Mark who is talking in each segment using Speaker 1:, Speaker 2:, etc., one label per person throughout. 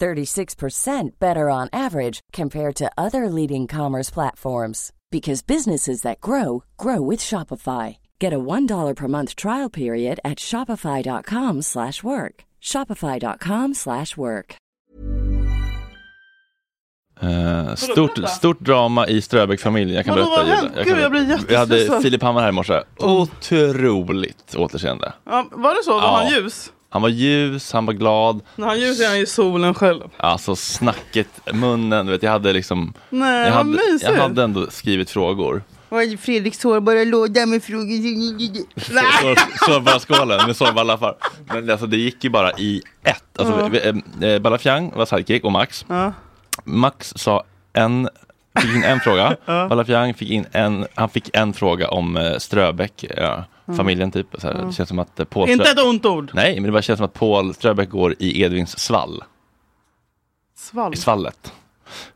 Speaker 1: 36% better on average compared to other leading commerce platforms because businesses that grow grow with Shopify. Get a $1 per month trial period at shopify.com/work. slash work. shopify.com/work. slash work.
Speaker 2: Eh, stort, stort drama i Ströbeck-familjen. Jag kan
Speaker 3: Vadå,
Speaker 2: berätta.
Speaker 3: vad hände?
Speaker 2: kan
Speaker 3: Gud,
Speaker 2: berätta.
Speaker 3: jag blir
Speaker 2: Vi hade
Speaker 3: jättestressad.
Speaker 2: Filip Hammar här i morse. Otroligt återseende.
Speaker 3: Ja, var det så? Var
Speaker 2: Ja.
Speaker 3: han ljus?
Speaker 2: Han var ljus, han var glad.
Speaker 3: När han är ljus är han ju solen själv.
Speaker 2: Alltså snacket, munnen. Du vet, jag hade liksom...
Speaker 3: Nej,
Speaker 2: jag,
Speaker 3: vad
Speaker 2: hade,
Speaker 3: mysigt.
Speaker 2: jag hade ändå skrivit frågor.
Speaker 3: Oj, Fredrik sårbara låda med frågor.
Speaker 2: Sår- Sårbara skålen med sårbara lappar. Men alltså, det gick ju bara i ett. Alltså, vi- vi- eh, Balafiang var sidekick och Max. Max sa en, fick in en fråga. Balafiang fick in en, han fick en fråga om eh, Ströbeck, ja, familjen typ. Så här, Det känns som att eh, Paul
Speaker 3: Mm. Inte
Speaker 2: Strö-
Speaker 3: ett ont ord.
Speaker 2: Nej, men det bara känns som att Paul Ströbeck går i Edvins svall.
Speaker 3: Svalg.
Speaker 2: I svallet.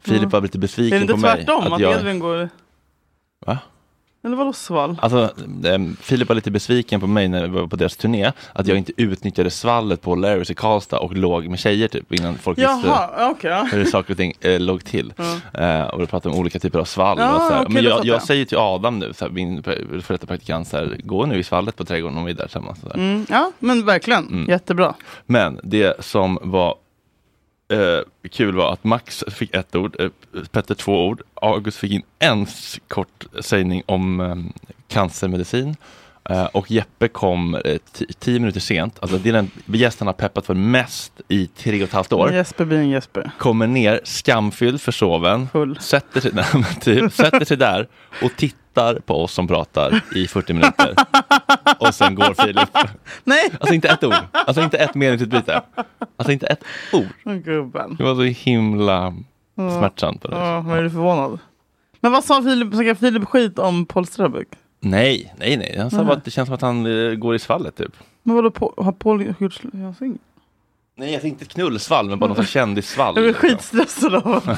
Speaker 2: Filip var lite
Speaker 3: Är det
Speaker 2: besviken
Speaker 3: inte
Speaker 2: på mig.
Speaker 3: tvärtom? Att,
Speaker 2: jag-
Speaker 3: Edvin går...
Speaker 2: Va?
Speaker 3: Eller vadå svalg?
Speaker 2: Alltså, ehm, Filip var lite besviken på mig när vi var på deras turné, att jag inte utnyttjade svallet på Larrys i Karlstad och låg med tjejer typ innan folk visste
Speaker 3: Jaha, okej. ja.
Speaker 2: hur saker och ting eh, låg till. Eh, och då pratade vi om olika typer av svall.
Speaker 3: Ja,
Speaker 2: och så här.
Speaker 3: okej,
Speaker 2: Men
Speaker 3: då
Speaker 2: jag,
Speaker 3: fattar
Speaker 2: jag
Speaker 3: jag.
Speaker 2: säger till Adam nu, så här, min pra- före detta praktikant, så här, gå nu i svallet på trädgården om vi är där tillsammans. Så där.
Speaker 3: Mm, ja, men verkligen.
Speaker 2: Mm.
Speaker 3: Jättebra.
Speaker 2: Men det som var eh, kul var att Max fick ett ord, eh, Petter två ord, August fick in en s- kort sägning om eh, cancermedicin. eh, Och Jeppe kom eh, ti- tio minuter sent, alltså det är den gästen han har peppat för mest i tre och ett halvt år.
Speaker 3: Jesper blir en Jesper.
Speaker 2: Kommer ner skamfylld, försoven,
Speaker 3: Full.
Speaker 2: sätter sig, nej, men typ, sätter sig där och tittar på oss som pratar i 40 minuter. Och sen går Filip.
Speaker 3: Nej,
Speaker 2: Alltså inte ett ord. Alltså inte ett meningsutbyte. Alltså inte ett ord.
Speaker 3: gubben.
Speaker 2: Det var så himla
Speaker 3: Mm.
Speaker 2: smärtsamt. Eller?
Speaker 3: Ja, vad är du förvånad? Men vad sa Filip? Snackade Filip skit om Paul Ströbeck?
Speaker 2: Nej, nej, nej. Han sa bara att det känns som att han eh, går i svallet typ.
Speaker 3: Men vadå, Paul, har Paul gjort slut? Jag synger.
Speaker 2: Nej, alltså inte ett knullsvall, men bara något sånt kändissvall.
Speaker 3: Jag blir
Speaker 2: liksom.
Speaker 3: skitstressad av honom.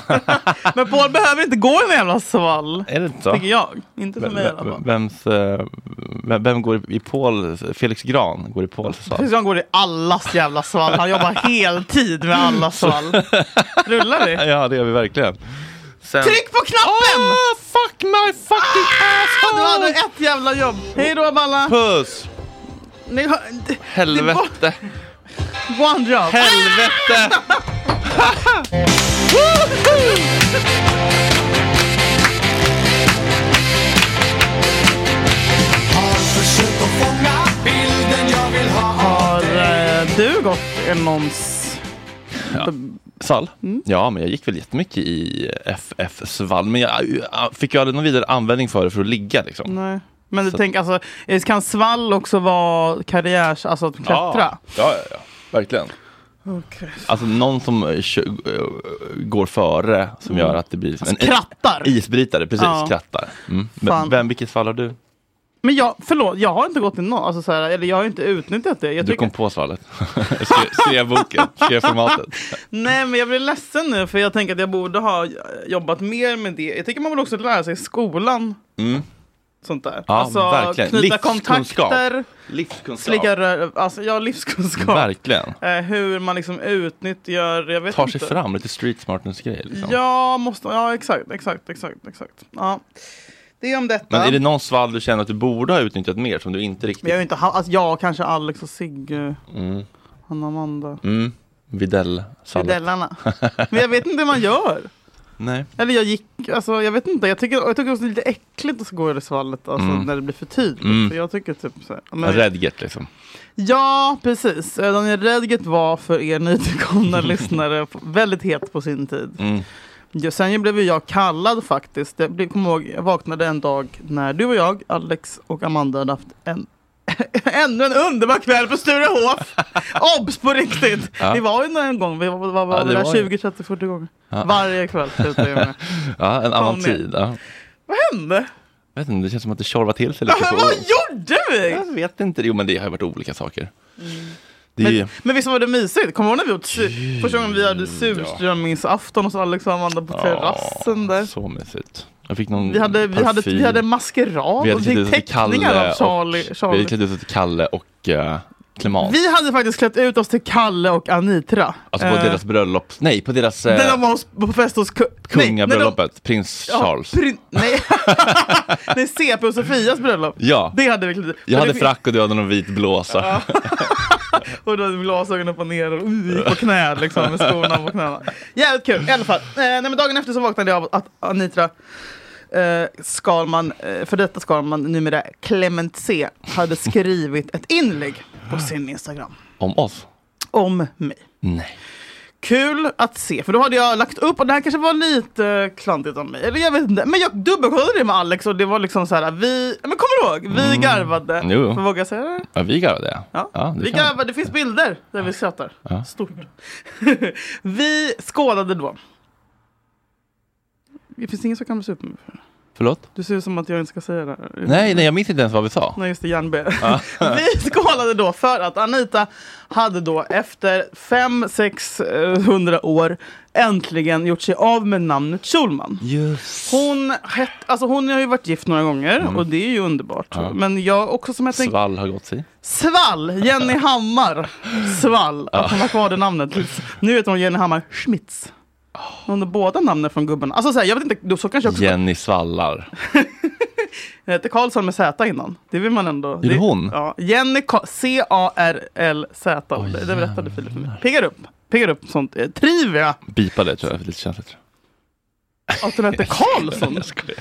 Speaker 3: Men Paul behöver inte gå i en jävla svall.
Speaker 2: Är det inte så?
Speaker 3: Tycker jag. Inte för
Speaker 2: Vem,
Speaker 3: mig i alla fall.
Speaker 2: vems, eh, vem, vem går i Paul, Felix Gran går i Pauls svall?
Speaker 3: Christian går i allas jävla svall. Han jobbar heltid med allas svall. Rullar det?
Speaker 2: Ja, det gör vi verkligen. Sen...
Speaker 3: Tryck på knappen! Ah!
Speaker 2: Ah, fuck my fucking
Speaker 3: Du hade
Speaker 2: asshole!
Speaker 3: ett jävla jobb. Hej då Balla.
Speaker 2: Puss!
Speaker 3: Ni har,
Speaker 2: Helvete!
Speaker 3: One job. Ah!
Speaker 2: Helvete!
Speaker 3: Har eh, du gått en någons...
Speaker 2: Svall?
Speaker 3: Mm.
Speaker 2: Ja, men jag gick väl jättemycket i FF-svall. Men jag äh, fick ju aldrig någon vidare användning för det för att ligga liksom.
Speaker 3: Nej. Men du tänker alltså, eh, kan svall också vara karriärs... Alltså att klättra?
Speaker 2: Ja, ja, ja, verkligen.
Speaker 3: Okej.
Speaker 2: Alltså någon som eh, kö- eh, går före som gör att det blir liksom en
Speaker 3: Mm. Krattar!
Speaker 2: isbrytare, precis,
Speaker 3: Ja.
Speaker 2: krattar. Mm. Men
Speaker 3: Fan.
Speaker 2: vem, vilket svall har du?
Speaker 3: Men jag, förlåt, jag har inte gått till någon, alltså så här, eller jag har inte utnyttjat det. Jag
Speaker 2: Du
Speaker 3: tycker-
Speaker 2: kom på svallet. skrev, skrev boken, skrev formatet.
Speaker 3: Nej men jag blir ledsen nu för jag tänker att jag borde ha jobbat mer med det. Jag tänker man borde också lära sig i skolan.
Speaker 2: Mm.
Speaker 3: Sånt där. Alltså,
Speaker 2: Ja, verkligen.
Speaker 3: knyta
Speaker 2: Livskunskap.
Speaker 3: kontakter,
Speaker 2: Livskunskap.
Speaker 3: slicka rör, alltså ja livskunskap.
Speaker 2: Verkligen.
Speaker 3: Eh, hur man liksom utnyttjar, jag vet
Speaker 2: Tar sig
Speaker 3: inte.
Speaker 2: fram, lite street smartness-grejer. Liksom.
Speaker 3: Ja, måste, ja exakt, exakt, exakt, exakt. Ja. Det är om detta.
Speaker 2: Men är det någon svall du känner att du borde ha utnyttjat mer som du inte
Speaker 3: Men jag
Speaker 2: riktigt...
Speaker 3: är inte, ha- alltså, jag kanske Alex och Sigge, Hanna Amanda.
Speaker 2: Mm. Videll-svallet.
Speaker 3: Fidellarna. Men jag vet inte hur man gör.
Speaker 2: Nej.
Speaker 3: Eller jag gick, alltså jag vet inte. Jag tycker, jag tycker också det är lite äckligt att gå i det svallet, alltså
Speaker 2: Mm.
Speaker 3: när det blir för tydligt.
Speaker 2: Mm.
Speaker 3: För jag tycker typ så här, men-
Speaker 2: Redget liksom.
Speaker 3: Ja, precis. Eh, Daniel Redgert var för er nytillkomna lyssnare väldigt het på sin tid.
Speaker 2: Mm.
Speaker 3: Ja, Sen ju blev ju jag kallad faktiskt. Jag blev- kommer ihåg, jag vaknade en dag när du och jag, Alex och Amanda hade haft en Ännu en underbar kväll på Sturehof! Obs på riktigt!
Speaker 2: Ja.
Speaker 3: Det var ju en gång, vi var, var, var
Speaker 2: Ja, det
Speaker 3: där
Speaker 2: var ju.
Speaker 3: 20, 30, 40 gånger.
Speaker 2: Ja.
Speaker 3: Varje kväll slutade jag med.
Speaker 2: Ja, en annan
Speaker 3: Kom igen.
Speaker 2: tid. Ja.
Speaker 3: Hände?
Speaker 2: Jag vet inte, det känns som att det tjorvar till sig
Speaker 3: Ja,
Speaker 2: lite.
Speaker 3: men
Speaker 2: på-
Speaker 3: vad gjorde vi?
Speaker 2: jag vet inte. Jo, men det har ju varit olika saker. Det är ju...
Speaker 3: Mm. Men, men visst var det mysigt? Kommer du ihåg när vi åt su- första gången vi hade surströmmingsafton hos Alex och Amanda på terrassen där?
Speaker 2: Så mysigt. Jag fick någon
Speaker 3: Vi hade, vi hade,
Speaker 2: parfyr.
Speaker 3: vi hade maskerad
Speaker 2: Vi hade
Speaker 3: och fick
Speaker 2: klätt ut oss till
Speaker 3: teckningar
Speaker 2: Kalle
Speaker 3: av Charlie.
Speaker 2: och, Vi
Speaker 3: Charlie.
Speaker 2: hade klätt ut oss till Kalle och uh, Clement.
Speaker 3: Vi hade faktiskt klätt ut oss till Kalle och Anitra.
Speaker 2: Alltså på
Speaker 3: Eh,
Speaker 2: deras bröllop. Nej, på deras eh,
Speaker 3: när de var hos, på fest hos ku- nej,
Speaker 2: kungabröllopet. Prins
Speaker 3: när de-
Speaker 2: Charles.
Speaker 3: Ja, prin, nej, nej, CP och Sofias bröllop.
Speaker 2: Ja.
Speaker 3: Det hade vi klätt ut.
Speaker 2: jag
Speaker 3: Men
Speaker 2: hade
Speaker 3: det-
Speaker 2: frack och du hade någon vit blåsa.
Speaker 3: Och då hade vi glasögon upp och ner och uh, gick på knä liksom med skorna på knäna. Jävligt kul i alla fall. Eh, nej, men dagen efter så vaknade jag av att Anitra eh, Skalman, eh, för detta Skalman, numera Clement C, hade skrivit ett inlägg på sin Instagram
Speaker 2: Om oss?
Speaker 3: om mig.
Speaker 2: Nej.
Speaker 3: Kul att se, för då hade jag lagt upp, och det här kanske var lite klantigt av mig, eller jag vet inte. Men jag dubbelkollade det med Alex och det var liksom så här, vi, men kommer du ihåg? Vi garvade.
Speaker 2: Jo, jo.
Speaker 3: Vågar jag säga det?
Speaker 2: Ja, vi garvade.
Speaker 3: Ja.
Speaker 2: det
Speaker 3: vi
Speaker 2: kan-
Speaker 3: garvade, det finns bilder där vi skrattar.
Speaker 2: Ja.
Speaker 3: Stort. vi skålade då. Det finns ingen som kan bli sur på mig. för det.
Speaker 2: Förlåt?
Speaker 3: Du ser ut som att jag inte ska säga det här.
Speaker 2: Nej, nej, jag minns inte ens vad vi sa.
Speaker 3: Nej, just det, Jan B. vi skålade då för att Anita hade då efter 500-600 år äntligen gjort sig av med namnet Schulman.
Speaker 2: Just.
Speaker 3: Hon, het, alltså hon har ju varit gift några gånger och det är ju underbart.
Speaker 2: Mm. Ja.
Speaker 3: Men jag också som jag tänker
Speaker 2: Svall har gått sig.
Speaker 3: Svall, Jenny Hammar Svall, att hon har kvar det namnet. Nu heter hon Jenny Hammar Schmitz. Hon har båda namnen från gubben. Alltså så här, jag vet inte, då så kanske jag också...
Speaker 2: Jenny Svallar.
Speaker 3: Jag hette Karlsson med Z innan. Det vill man ändå.
Speaker 2: det hon?
Speaker 3: Ja, Jenny Ka- C-A-R-L-Z.
Speaker 2: Oj,
Speaker 3: det berättade Filip för mig. Piggar upp. Piggar upp sånt. Eh, Trivia!
Speaker 2: Bipa det tror jag, för det är lite känsligt. tror
Speaker 3: Att hon hette
Speaker 2: jag.
Speaker 3: Karlsson.
Speaker 2: Jag skojar.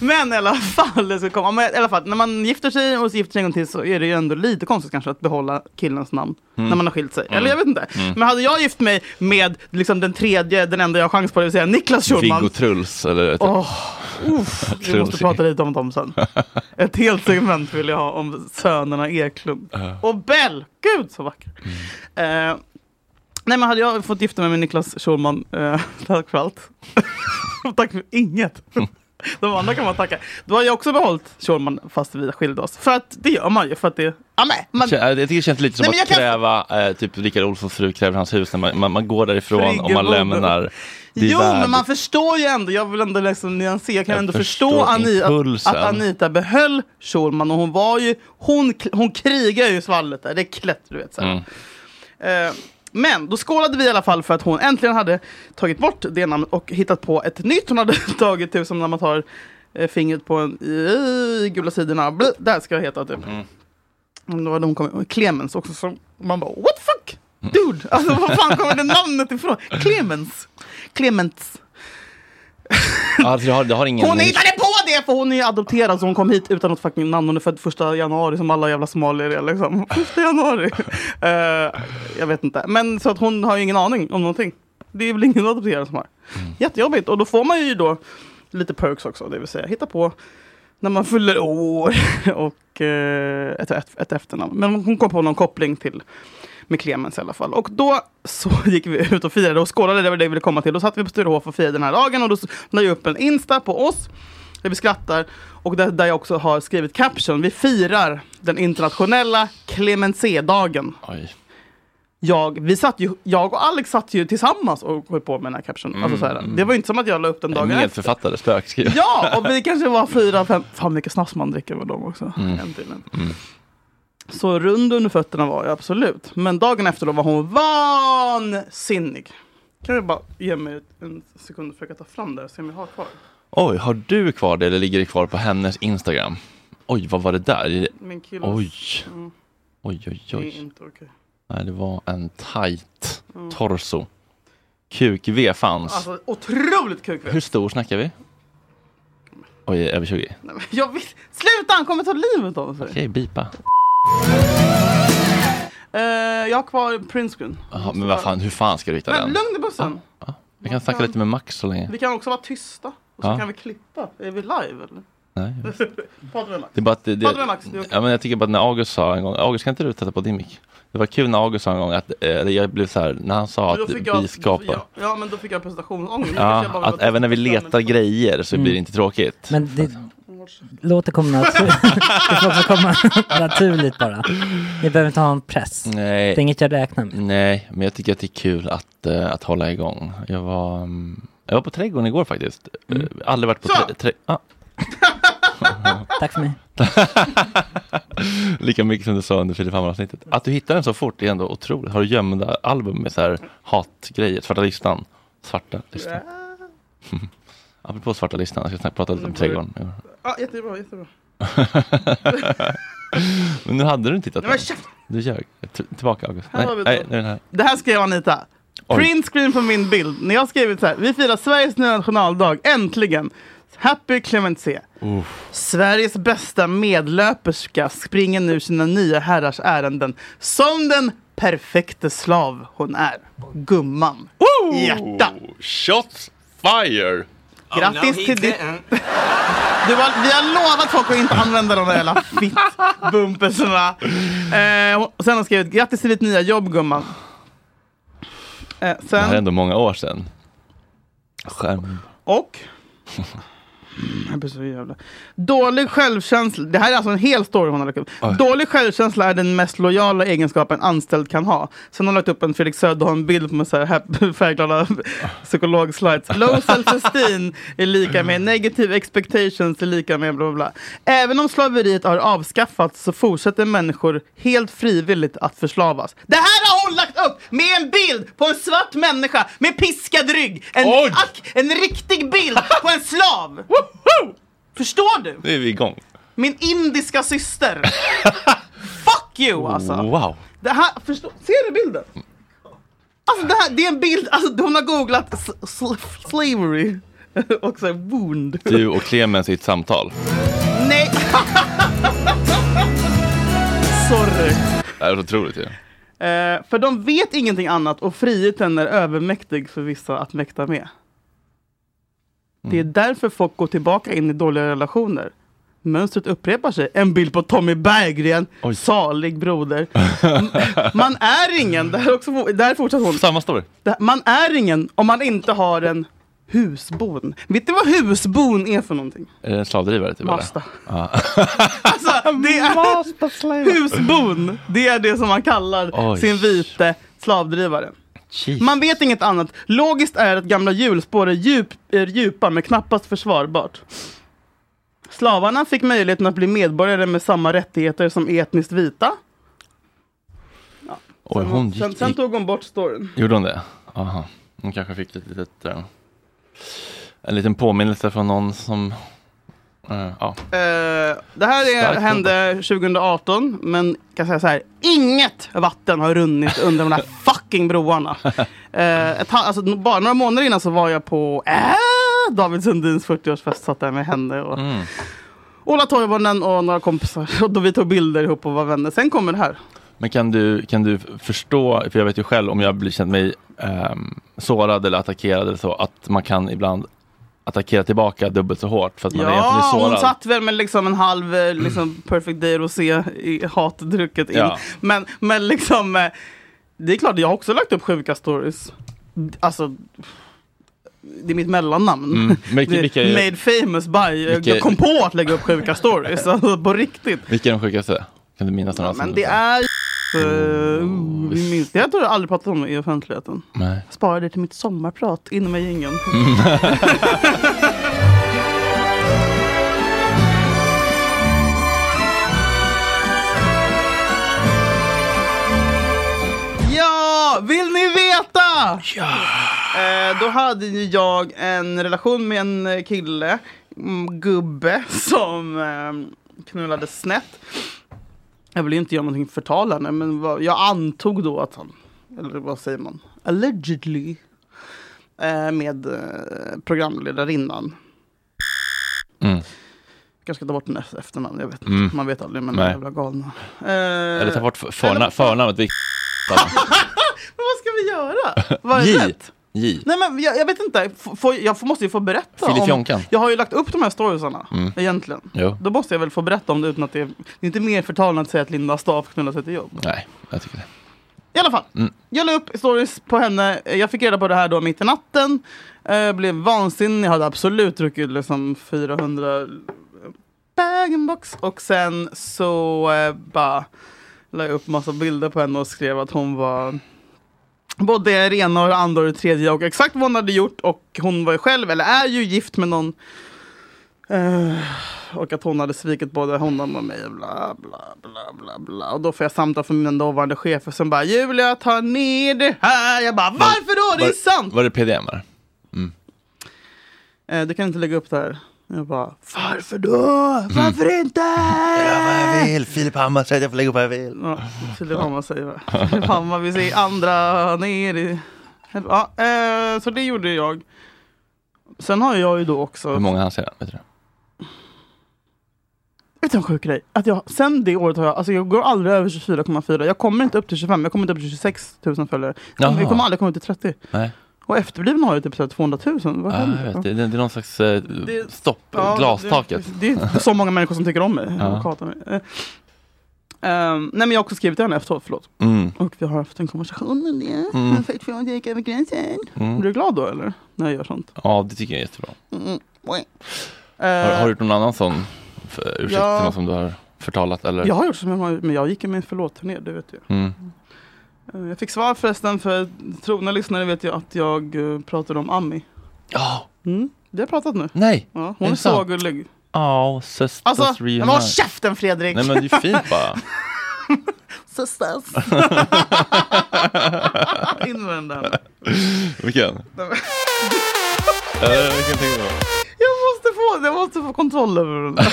Speaker 3: Men i alla fall, det ska komma. Men i alla fall, när man gifter sig och så gifter sig en gång till så är det ju ändå lite konstigt kanske att behålla killens namn när man har skilt sig. Eller jag vet inte. Men hade jag gift mig med liksom, den tredje, den enda jag har chans på, det vill säga Niklas Schulman.
Speaker 2: Viggo Truls, eller typ.
Speaker 3: Åh, uff, vi måste
Speaker 2: Trumsig.
Speaker 3: prata lite om dem sen. Ett helt segment vill jag ha om sönerna Eklund. Och Bell! Gud så vacker.
Speaker 2: Mm.
Speaker 3: Eh, nej men hade jag fått gifta mig med Niklas Schulman, eh, tack för allt. tack för inget. De andra kan man tacka. Då har jag också behållit Schulman fast vi skilde oss. För att det gör man ju. För att det... Ja, men, man,
Speaker 2: Kä- Jag tycker det känns lite som
Speaker 3: Nej, men
Speaker 2: att
Speaker 3: jag kan-
Speaker 2: kräva, eh, typ Rickard Olssons fru kräver hans hus när man, man, man går därifrån och man
Speaker 3: Friggebo.
Speaker 2: lämnar. Det är
Speaker 3: jo,
Speaker 2: värd-
Speaker 3: men man förstår ju ändå. Jag vill ändå liksom nyansera. Jag kan
Speaker 2: Jag
Speaker 3: ändå förstå
Speaker 2: förstår
Speaker 3: Ani, att,
Speaker 2: impulsen.
Speaker 3: att Anita behöll Schulman. Och hon var ju... Hon, hon krigar ju i svallet där. Det är klätt, du vet. Så här. Eh, men då skålade vi i alla fall för att hon äntligen hade tagit bort det namnet och hittat på ett nytt. Hon hade tagit typ som när man tar eh, fingret på en i, gula sidorna. Bli, där ska jag heta typ. Mm. Då hade hon kommit, Clemens också. Som, man bara what the fuck? Dude, alltså var fan kommer det namnet ifrån? Clemens. Clemens.
Speaker 2: Alltså, det, har, det har ingen...
Speaker 3: Hon hittade på det för hon är ju adopterad så hon kom hit utan något fucking namn. Hon är född första januari som alla jävla somalier är liksom. Första januari. Eh, jag vet inte. Men så att hon har ju ingen aning om någonting. Det är väl ingen adopterad som har. Jättejobbigt. Och då får man ju då lite perks också. Det vill säga hitta på när man fyller år och eh, ett, ett, ett efternamn. Men hon kom på någon koppling till med Clemens i alla fall. Och då så gick vi ut och firade och skålade, det var det jag ville komma till. Då satt vi på Sturehof och firade den här dagen och då s- la jag upp en Insta på oss där vi skrattar och där, där jag också har skrivit caption. Vi firar den internationella Clemencé-dagen.
Speaker 2: Oj.
Speaker 3: Jag, vi satt ju, jag och Alex satt ju tillsammans och höll på med den här captionen. Alltså så här, det var ju inte som att jag la upp den dagen efter.
Speaker 2: Medförfattare, spökskrivare.
Speaker 3: Ja, och vi kanske var fyra, fem. Fan mycket snaps man dricker med dem också.
Speaker 2: Mm.
Speaker 3: En till en. Så rund under fötterna var jag absolut. Men dagen efter då var hon vansinnig. Kan du bara ge mig en sekund och försöka ta fram det här och se om jag har kvar
Speaker 2: Oj, har du kvar det eller ligger det kvar på hennes Instagram? Oj, vad var det där? Är det-
Speaker 3: min kille?
Speaker 2: Oj.
Speaker 3: Mm.
Speaker 2: Oj, oj,
Speaker 3: Det är
Speaker 2: oj.
Speaker 3: inte okej.
Speaker 2: Nej, det var en tight torso. Kuk-V fanns.
Speaker 3: Mm. Alltså otroligt kukväv.
Speaker 2: Hur stor snackar vi? Oj, över 20? Okej,
Speaker 3: Nej, men Jag vill... Sluta, han kommer ta livet av sig.
Speaker 2: bipa.
Speaker 3: Eh, jag har kvar printscreen.
Speaker 2: Jaha, men vad fan, hur fan ska du hitta
Speaker 3: Men
Speaker 2: den?
Speaker 3: lugn i bussen.
Speaker 2: Vi kan snacka lite med Max så länge.
Speaker 3: Vi kan också vara tysta. Och så
Speaker 2: Ja.
Speaker 3: kan vi klippa. Är vi live eller?
Speaker 2: Nej.
Speaker 3: Pratar med Max.
Speaker 2: Det är bara att det,
Speaker 3: Prata med Max, det är okej.
Speaker 2: ja, men jag tycker bara att när August sa en gång, August kan inte du titta på din mick? Det var kul när August sa en gång att, eh, eller jag blev så här, när han sa
Speaker 3: Men då
Speaker 2: att
Speaker 3: fick
Speaker 2: typ, vi skapar.
Speaker 3: Ja, ja, men då fick jag presentationsångest. Nu kanske jag
Speaker 2: Ja,
Speaker 3: bara
Speaker 2: att
Speaker 3: vill-
Speaker 2: även när vi letar grejer så blir det inte tråkigt.
Speaker 4: Men det låter komma naturligt. det får också komma naturligt bara. Ni behöver inte ha en press. Det är
Speaker 2: Nej, Mm.
Speaker 4: inget jag räknar med.
Speaker 2: nej, men jag tycker att det är kul att, eh, att hålla igång. Jag var, mm, jag var på trädgården igår faktiskt. Mm. Aldrig varit på
Speaker 3: Så!
Speaker 2: trä, trä, ah,
Speaker 4: Tack för mig.
Speaker 2: lika mycket som du sa under Filip Hammar-avsnittet. Att du hittar den så fort är ändå otroligt. Har du gömda album med så här hatgrejer? Svarta listan? Svarta listan? Apropå svarta listan, jag ska snart prata lite om
Speaker 3: Nu får du-
Speaker 2: trädgården. Ja.
Speaker 3: Ja, jättebra, jättebra.
Speaker 2: Men nu hade du inte tittat på
Speaker 3: Nej, men
Speaker 2: den.
Speaker 3: käft!
Speaker 2: Du ljög. T- Tillbaka August.
Speaker 3: Här
Speaker 2: Nej,
Speaker 3: har vi
Speaker 2: nej,
Speaker 3: den.
Speaker 2: nu är den här.
Speaker 3: Det här skrev Anita.
Speaker 2: Oj.
Speaker 3: Printscreen på min bild. När jag skrivit så här. Vi firar Sveriges nya nationaldag. Äntligen! Happy Clement C. Sveriges bästa medlöperska springer nu sina nya herrars ärenden som den perfekte slav hon är. Gumman. Hjärta.
Speaker 2: Shots fire!
Speaker 3: Grattis till ditt... Du har, vi har lovat folk att inte använda de där jävla fittbumpersarna. Eh, och sen har hon skrivit grattis till ditt nya jobb gumman. Eh,
Speaker 2: Det här är
Speaker 3: sen
Speaker 2: ändå många år sedan. Skärm.
Speaker 3: och... Mm, Jag blir så jävla... Dålig självkänsla. Det här är alltså en hel story hon har lagt upp. Dålig självkänsla är den mest lojala egenskapen en anställd kan ha. Sen har hon lagt upp en Felix Söderholm bild med så här happy- färgglada psykologslides. Low self-esteem är lika med negative expectations är lika med bla bla bla. Även om slaveriet har avskaffats så fortsätter människor helt frivilligt att förslavas. Det här har hon lagt upp med en bild på en svart människa med piskad rygg. En,
Speaker 2: Oj!
Speaker 3: ack, en riktig bild på en slav. Förstår du?
Speaker 2: Nu är vi igång.
Speaker 3: Min indiska syster. Fuck you alltså.
Speaker 2: Wow.
Speaker 3: Det här, förstå, ser du bilden? Alltså det här, det är en bild, alltså hon har googlat s- sl- slavery och så här wound.
Speaker 2: Du och Clemens i ett samtal.
Speaker 3: Nej. Sorry.
Speaker 2: Det här är otroligt ju.
Speaker 3: Eh, för de vet ingenting annat och friheten är övermäktig för vissa att mäkta med. Det är därför folk går tillbaka in i dåliga relationer. Mönstret upprepar sig. En bild på Tommy Berggren,
Speaker 2: Oj.
Speaker 3: salig broder. Man är ingen, det här, är också, det här fortsätter hon.
Speaker 2: Samma story.
Speaker 3: Det, man är ingen om man inte har en husbon. Vet du vad husbon är för någonting?
Speaker 2: Är det en slavdrivare typ? eller?
Speaker 3: Masta. Alltså, det är husbon. Det är det som man kallar
Speaker 2: Oj.
Speaker 3: sin vite slavdrivare.
Speaker 2: Jeez.
Speaker 3: Man vet inget annat. Logiskt är att gamla hjulspår är, djup, är djupa men knappast försvarbart. Slavarna fick möjligheten att bli medborgare med samma rättigheter som etniskt vita.
Speaker 2: Oj, hon
Speaker 3: sen,
Speaker 2: gick,
Speaker 3: sen
Speaker 2: gick,
Speaker 3: tog hon bort storyn.
Speaker 2: Gjorde hon det? Aha. Hon kanske fick ett litet, eh, en liten påminnelse från någon som... eh, ja.
Speaker 3: Eh, det här är,
Speaker 2: Starkt
Speaker 3: hände 2018, men kan säga så här. Inget vatten har runnit under de där fucking broarna. Eh, ett, ha- alltså, n- bara några månader innan så var jag på äh, David Sundins 40-årsfest, satt där med henne och
Speaker 2: Mm.
Speaker 3: Ola Toivonen och några kompisar. Och då vi tog bilder ihop och var vänner. Sen kommer det här.
Speaker 2: Men kan du, kan du förstå, för jag vet ju själv om jag blir känt mig ehm, sårad eller attackerad eller så, att man kan ibland attackera tillbaka dubbelt så hårt för att man är egentligen är
Speaker 3: Ja,
Speaker 2: sårad. Mm.
Speaker 3: hon satt väl med liksom en halv eh, liksom, Perfect Day Rosé i hatdrucket in.
Speaker 2: Ja.
Speaker 3: Men, men liksom, eh, det är klart jag har också lagt upp sjuka stories. Alltså, det är mitt mellannamn.
Speaker 2: Mm. Men
Speaker 3: Det är
Speaker 2: vilka,
Speaker 3: Made famous by,
Speaker 2: vilka-
Speaker 3: jag kom på att lägga upp sjuka stories. Alltså på riktigt.
Speaker 2: vilka är de sjukaste? Kan du minnas några?
Speaker 3: Ja,
Speaker 2: som
Speaker 3: men
Speaker 2: du
Speaker 3: det
Speaker 2: sa?
Speaker 3: är
Speaker 2: Oh.
Speaker 3: Uh, vi minns. Det här tror jag aldrig pratat om i offentligheten.
Speaker 2: Nej.
Speaker 3: Spara det till mitt sommarprat inom med gängen. ja, vill ni veta? Eh, då hade ju jag en relation med en eh, kille, mm, gubbe, som eh, knullade snett. Jag vill ju inte göra någonting förtalande, men vad, jag antog då att han, eller vad säger man, allegedly eh, med eh, programledarinnan.
Speaker 2: Mm.
Speaker 3: Kanske ska ta bort den efter- efternamn, jag vet inte.
Speaker 2: Mm.
Speaker 3: Man vet aldrig med de
Speaker 2: Nej.
Speaker 3: jävla galna. Eh,
Speaker 2: Eller ta bort för- förna-
Speaker 3: Eller-
Speaker 2: förnamnet. Vi-
Speaker 3: Men vad ska vi göra? Vad
Speaker 2: J.
Speaker 3: är rätt?
Speaker 2: J.
Speaker 3: Nej men jag, jag vet inte, F- får, jag får- måste ju få berätta om...
Speaker 2: Filifjonkan.
Speaker 3: Jag har ju lagt upp de här storiesarna,
Speaker 2: Mm.
Speaker 3: egentligen.
Speaker 2: Jo.
Speaker 3: Då måste jag väl få berätta om det utan att det... Det är inte mer förtalande att säga att Linda Staaf knullar sig till jobb.
Speaker 2: Nej, jag tycker det.
Speaker 3: I alla fall.
Speaker 2: Mm.
Speaker 3: Jag la upp stories på henne. Jag fick reda på det här då mitt i natten. Eh, blev vansinnig. Jag hade absolut druckit liksom 400 bag-in-box. Och sen så eh, bara la jag upp massa bilder på henne och skrev att hon var både det ena och det andra och det tredje och exakt vad hon hade gjort och hon var ju själv eller är ju gift med någon Eh, och att hon hade svikit både honom och mig. Bla, bla, bla, bla, bla. Och då får jag samtal från min dåvarande chef och som bara Julia ta ner det här. Jag bara varför då? Det är
Speaker 2: Var-
Speaker 3: sant!
Speaker 2: Var det PDM? Eller?
Speaker 3: Eh, du kan inte lägga upp det här. Jag bara varför då? Varför inte?
Speaker 2: vill. Filip Hammar säger att jag får lägga upp vad jag vill.
Speaker 3: Ja, Filip Hammar säger va? Filip Hammar vi ser andra ner i... Ja, eh, så det gjorde jag. Sen har jag ju då också...
Speaker 2: Hur många han ser? Vet du? det?
Speaker 3: Vet du en sjuk grej? Att jag, sen det året har jag, alltså jag går aldrig över 24,4. Jag kommer inte upp till 25, jag kommer inte upp till 26 000 följare. Jag kommer, jag
Speaker 2: Jaha.
Speaker 3: kommer aldrig komma upp till 30.
Speaker 2: Nej,
Speaker 3: Och efterblivna har ju typ så här 200 000. Vad
Speaker 2: ja, jag
Speaker 3: händer?
Speaker 2: vet. Det, det, det är någon slags eh,
Speaker 3: Det-
Speaker 2: stopp,
Speaker 3: Ja,
Speaker 2: glastaket.
Speaker 3: Det, det är så många människor som tycker om mig.
Speaker 2: Ja.
Speaker 3: och hatar mig. Eh, ehm, nej men jag har också skrivit till henne efteråt, förlåt.
Speaker 2: Mm.
Speaker 3: Och vi har haft en konversation om det. Jag har sagt från att jag gick över gränsen. Blir
Speaker 2: Mm.
Speaker 3: du glad då eller? När jag gör sånt?
Speaker 2: Ja, det tycker jag är jättebra.
Speaker 3: Mm.
Speaker 2: Har, har
Speaker 3: Eh,
Speaker 2: du gjort någon annan sån f- ursäkt
Speaker 3: Ja.
Speaker 2: till någon som du har förtalat? Eller?
Speaker 3: Eh, Jag har gjort som jag har- men jag gick ju med en förlåt-turné, det vet du ju.
Speaker 2: Mm.
Speaker 3: Eh, Jag fick svar förresten för trogna lyssnare vet jag att jag eh, pratade om Ami.
Speaker 2: Ja,
Speaker 3: Mm, vi har pratat nu.
Speaker 2: nej.
Speaker 3: Ja,
Speaker 2: Är
Speaker 3: hon
Speaker 2: det
Speaker 3: är så
Speaker 2: sant?
Speaker 3: gullig.
Speaker 2: Ja, oh, sisters
Speaker 3: Alltså, men håll
Speaker 2: reunite.
Speaker 3: käften Fredrik!
Speaker 2: Nej men det är fint bara.
Speaker 3: Sisters! In med den där.
Speaker 2: Vilken? uh, vilken tänker du på?
Speaker 3: Jag måste, få, jag måste få kontroll över den där.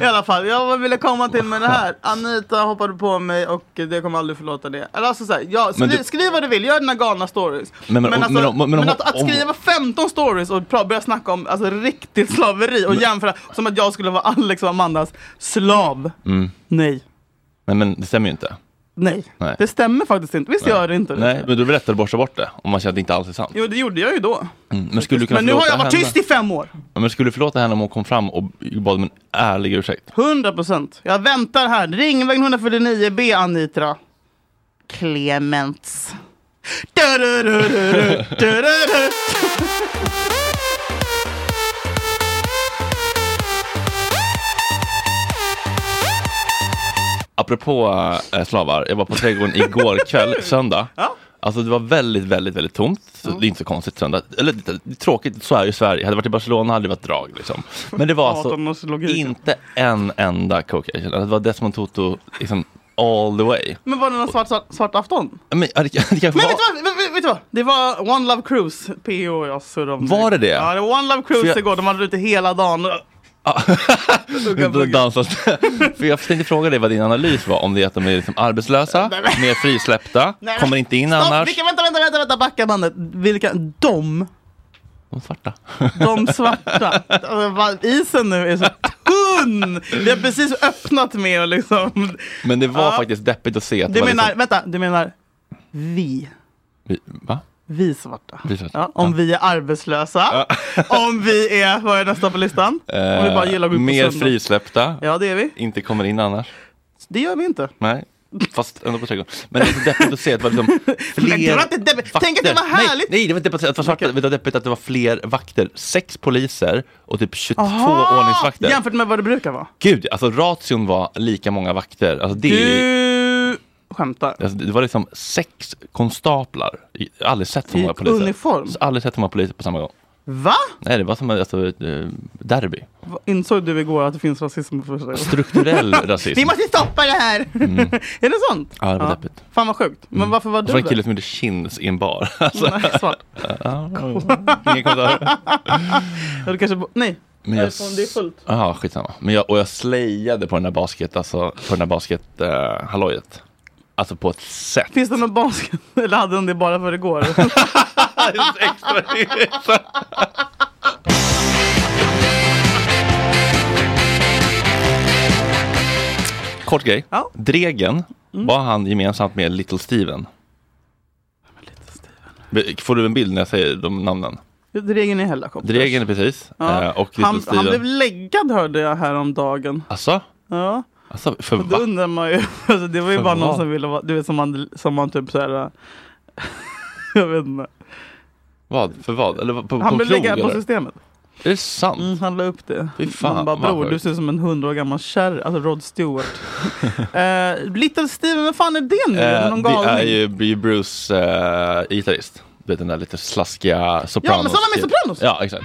Speaker 3: I alla fall, jag vad ville komma till med det här. Anita hoppade på mig och eh, det kommer aldrig förlåta det. Eller alltså såhär, ja,
Speaker 2: Men
Speaker 3: skri,
Speaker 2: du-
Speaker 3: skriv vad du vill, gör dina galna stories.
Speaker 2: Men- men- och-
Speaker 3: alltså,
Speaker 2: men om- men om-
Speaker 3: att, att
Speaker 2: om-
Speaker 3: skriva 15 stories och pra, börja snacka om alltså, riktigt slaveri och jämföra som att jag skulle vara Alex och Amandas slav.
Speaker 2: Mm.
Speaker 3: Nej,
Speaker 2: Nej men det stämmer ju inte.
Speaker 3: nej.
Speaker 2: Nej.
Speaker 3: Det stämmer faktiskt inte. Visst gör det inte det?
Speaker 2: Nej, men du berättar borsta bort det om man känner att det inte alls är sant.
Speaker 3: Jo, det gjorde jag ju då.
Speaker 2: Mm. Men skulle du kunna
Speaker 3: Men nu har jag
Speaker 2: förlåta
Speaker 3: varit
Speaker 2: henne?
Speaker 3: tyst i fem år.
Speaker 2: Ja, Men skulle du förlåta henne om hon kom fram och bad om en ärlig ursäkt?
Speaker 3: 100 procent. Jag väntar här. Ringvägen 149B, Anitra. Clements. Du-du-du-du-du, du-du-du.
Speaker 2: Apropå äh, slavar, jag var på trädgården igår kväll, söndag.
Speaker 3: Ja.
Speaker 2: Alltså det var väldigt, väldigt, väldigt tomt. Så Det är inte så konstigt söndag. Eller det det är tråkigt, så är det i Sverige. Hade jag varit i Barcelona hade det varit drag liksom. Men det var alltså
Speaker 3: Hatar alltså, logik.
Speaker 2: inte en enda Caucasian. Alltså, det var Desmond Tutu liksom all the way.
Speaker 3: Men var det någon svart, svart, svart afton?
Speaker 2: Men, ja, det, det kanske
Speaker 3: Men
Speaker 2: var...
Speaker 3: vet du, vad, vet, vet- vet du vad? Det var One Love Cruise, PO och jag surrade om
Speaker 2: Var det det?
Speaker 3: Ja, det var One Love Cruise
Speaker 2: För jag-
Speaker 3: igår. De hade varit ute hela dagen. Ugga,
Speaker 2: Då
Speaker 3: bugga.
Speaker 2: dansas det. För jag tänkte fråga dig vad din analys var, om det är att de är liksom arbetslösa,
Speaker 3: Nej, men-
Speaker 2: mer frisläppta,
Speaker 3: Nej,
Speaker 2: kommer inte in
Speaker 3: Stopp,
Speaker 2: annars.
Speaker 3: Vilka, vänta, vänta, vänta, vänta, backa bandet. Vilka? De?
Speaker 2: De svarta.
Speaker 3: De svarta. Alltså, vad- Isen nu är så tunn! Vi har precis öppnat med och liksom...
Speaker 2: Men det var
Speaker 3: Ja.
Speaker 2: faktiskt deppigt att se att det
Speaker 3: Du
Speaker 2: var
Speaker 3: menar,
Speaker 2: liksom...
Speaker 3: vänta, du menar vi?
Speaker 2: Vi- Va?
Speaker 3: Vi svarta.
Speaker 2: Vi svarta.
Speaker 3: Ja, om vi är arbetslösa. om vi är, vad är nästa på listan? om vi bara gillar att
Speaker 2: Eh,
Speaker 3: gå ut på
Speaker 2: mer
Speaker 3: söndag.
Speaker 2: frisläppta,
Speaker 3: Ja, det är vi.
Speaker 2: inte kommer in annars.
Speaker 3: Det gör vi inte.
Speaker 2: Nej. Fast ändå på trädgården. Men det är så deppigt att se att det var liksom fler
Speaker 3: Men det var inte deppigt. Tänk att det var
Speaker 2: Nej,
Speaker 3: härligt.
Speaker 2: Nej, det var deppigt att se att det var svarta. Det var deppigt att det var fler vakter. Sex poliser och typ 22
Speaker 3: Aha!
Speaker 2: ordningsvakter.
Speaker 3: Ah, Jämfört med vad det brukar vara.
Speaker 2: Gud, alltså ration var lika många vakter. Alltså det är
Speaker 3: Du skämtar.
Speaker 2: Alltså, det var liksom sex konstaplar. Jag har aldrig sett så
Speaker 3: I
Speaker 2: många poliser.
Speaker 3: uniform?
Speaker 2: Så Aldrig sett så många poliser på samma gång.
Speaker 3: Va?
Speaker 2: Nej, det var som alltså, ett eh, derby.
Speaker 3: Va- Insåg du igår att det finns rasism på första gången?
Speaker 2: Strukturell rasism.
Speaker 3: Vi måste stoppa det här! är det sant?
Speaker 2: Ja, det var deppigt.
Speaker 3: Fan vad sjukt. Men varför var
Speaker 2: Och så
Speaker 3: du
Speaker 2: var Mm. det en kille som gjorde chins i en bar. Alltså,
Speaker 3: Nej, svart.
Speaker 2: ja, ingen kommentar.
Speaker 3: Eller kanske... bo- Nej.
Speaker 2: Men
Speaker 3: Det är fan- det är fullt.
Speaker 2: Jaha, skitsamma. Men jag, och jag slejade på den där basket, alltså på den där basket, eh, hallojet. Alltså på ett sätt.
Speaker 3: Finns det någon barnskräck? Eller hade han det bara för igår?
Speaker 2: extra resa. Kort grej.
Speaker 3: Ja. Mm.
Speaker 2: Dregen var han gemensamt med Little Steven. Får du en bild när jag säger de namnen?
Speaker 3: Dregen är hela kompis.
Speaker 2: Dregen är precis.
Speaker 3: Ja.
Speaker 2: eh, Och Little
Speaker 3: han,
Speaker 2: Steven.
Speaker 3: han blev läggad hörde jag häromdagen.
Speaker 2: Alltså?
Speaker 3: Ja.
Speaker 2: alltså för
Speaker 3: Och Då
Speaker 2: va?
Speaker 3: undrar man ju. Alltså, det var ju
Speaker 2: För
Speaker 3: bara någon
Speaker 2: vad?
Speaker 3: som ville vara, du vet som man, som man typ såhär. jag vet inte.
Speaker 2: vad? För vad? Eller på,
Speaker 3: Han
Speaker 2: på
Speaker 3: blev
Speaker 2: krog?
Speaker 3: läggad på
Speaker 2: Eller?
Speaker 3: systemet.
Speaker 2: Är det sant?
Speaker 3: Mm, han la upp det.
Speaker 2: Fy fan,
Speaker 3: man bara
Speaker 2: vad
Speaker 3: bror,
Speaker 2: sjukt."
Speaker 3: du ser ut som en hundra år gammal kärr. Alltså Rod Stewart. uh, Little Steven, vem fan är det nu? Är det
Speaker 2: Eh,
Speaker 3: någon
Speaker 2: det är
Speaker 3: galning?
Speaker 2: ju Bee Bruce eh, gitarrist. Du vet den där lite slaskiga Sopranos.
Speaker 3: men samma med
Speaker 2: typ.
Speaker 3: Sopranos!
Speaker 2: Ja, exakt.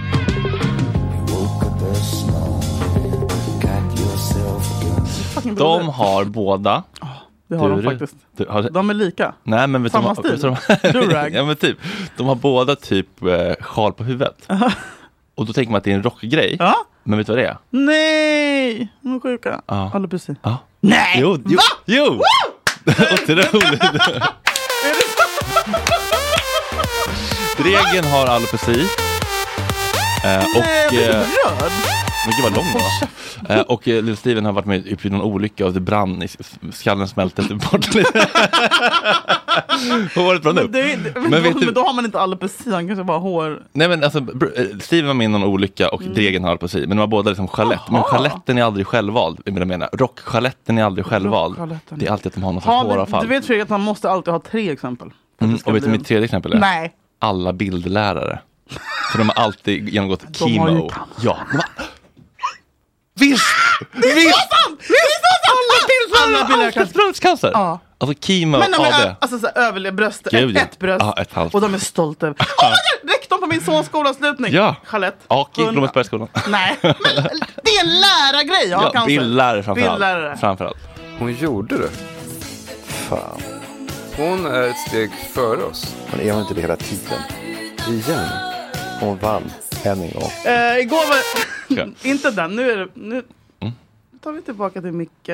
Speaker 2: De har båda.
Speaker 3: Det har de
Speaker 2: du-
Speaker 3: faktiskt.
Speaker 2: Du, har,
Speaker 3: De är lika.
Speaker 2: nej, men vet
Speaker 3: samma
Speaker 2: du, vad-
Speaker 3: stil.
Speaker 2: vet du vad-
Speaker 3: Durag.
Speaker 2: ja, men typ. De har båda typ eh, sjal på huvudet. Och då tänker man att det är en rockgrej.
Speaker 3: Ja.
Speaker 2: Men vet du vad det är?
Speaker 3: Nej, de är sjuka.
Speaker 2: Ja.
Speaker 3: Allepussi.
Speaker 2: Ja.
Speaker 3: Nej!
Speaker 2: Jo! jo, jo. Otroligt! Dregen har alopeci. Eh,
Speaker 3: Nej, jag
Speaker 2: och...
Speaker 3: blir
Speaker 2: Eh,
Speaker 3: så rörd.
Speaker 2: men gud vad lång den var. Eh, och eh, Little Steven har varit med i typ någon olycka och det brann, i, skallen smälte typ bort lite. Håret brann upp.
Speaker 3: Men, det, det, men,
Speaker 2: Men vet
Speaker 3: då,
Speaker 2: du-
Speaker 3: men då har man inte allepesi, han kanske bara har hår.
Speaker 2: Nej men alltså, br- eh, Steven var med i någon olycka och
Speaker 3: Mm.
Speaker 2: Dregen har alopeci. Men de var båda liksom sjalett. Men sjaletten är aldrig självvald. Jag menar, jag menar, rockchaletten är aldrig självvald.
Speaker 3: Rockchaletten.
Speaker 2: Det är alltid att de har något
Speaker 3: Har,
Speaker 2: sorts håravfall.
Speaker 3: du vet Fredrik att han måste alltid ha tre exempel. för att
Speaker 2: Mm,
Speaker 3: det ska
Speaker 2: och vet du
Speaker 3: bli
Speaker 2: mitt tredje exempel är?
Speaker 3: en- Nej.
Speaker 2: Alla bildlärare. För de har alltid genomgått
Speaker 3: De
Speaker 2: chemo.
Speaker 3: har ju
Speaker 2: ja, de har... Visst! Visst! Ah,
Speaker 3: Alla bilder kan...
Speaker 2: Bröstcancer!
Speaker 3: Ja.
Speaker 2: Alltså chemo,
Speaker 3: Men de
Speaker 2: AB.
Speaker 3: är alltså så här, överlev bröst,
Speaker 2: Gud, ja.
Speaker 3: ett, ett bröst.
Speaker 2: Ja, ett halvt.
Speaker 3: och de är stolta över. Åh, oh, rektorn på min sons skolavslutning.
Speaker 2: Ja.
Speaker 3: Charlotte.
Speaker 2: Aki,
Speaker 3: Hundra.
Speaker 2: Blommensbergsskolan.
Speaker 3: Nej, men det är en lärargrej. Jag har
Speaker 2: Ja,
Speaker 3: cancer.
Speaker 2: bildlärare framförallt.
Speaker 3: Bildlärare.
Speaker 2: framförallt.
Speaker 5: Hon gjorde det. Fan. Hon är ett steg före oss.
Speaker 6: Men är hon inte det hela tiden? Igen. Hon vann än en gång.
Speaker 3: Eh, igår var...
Speaker 2: Ja.
Speaker 3: inte den, nu är det... Nu Nu tar vi tillbaka till Micke.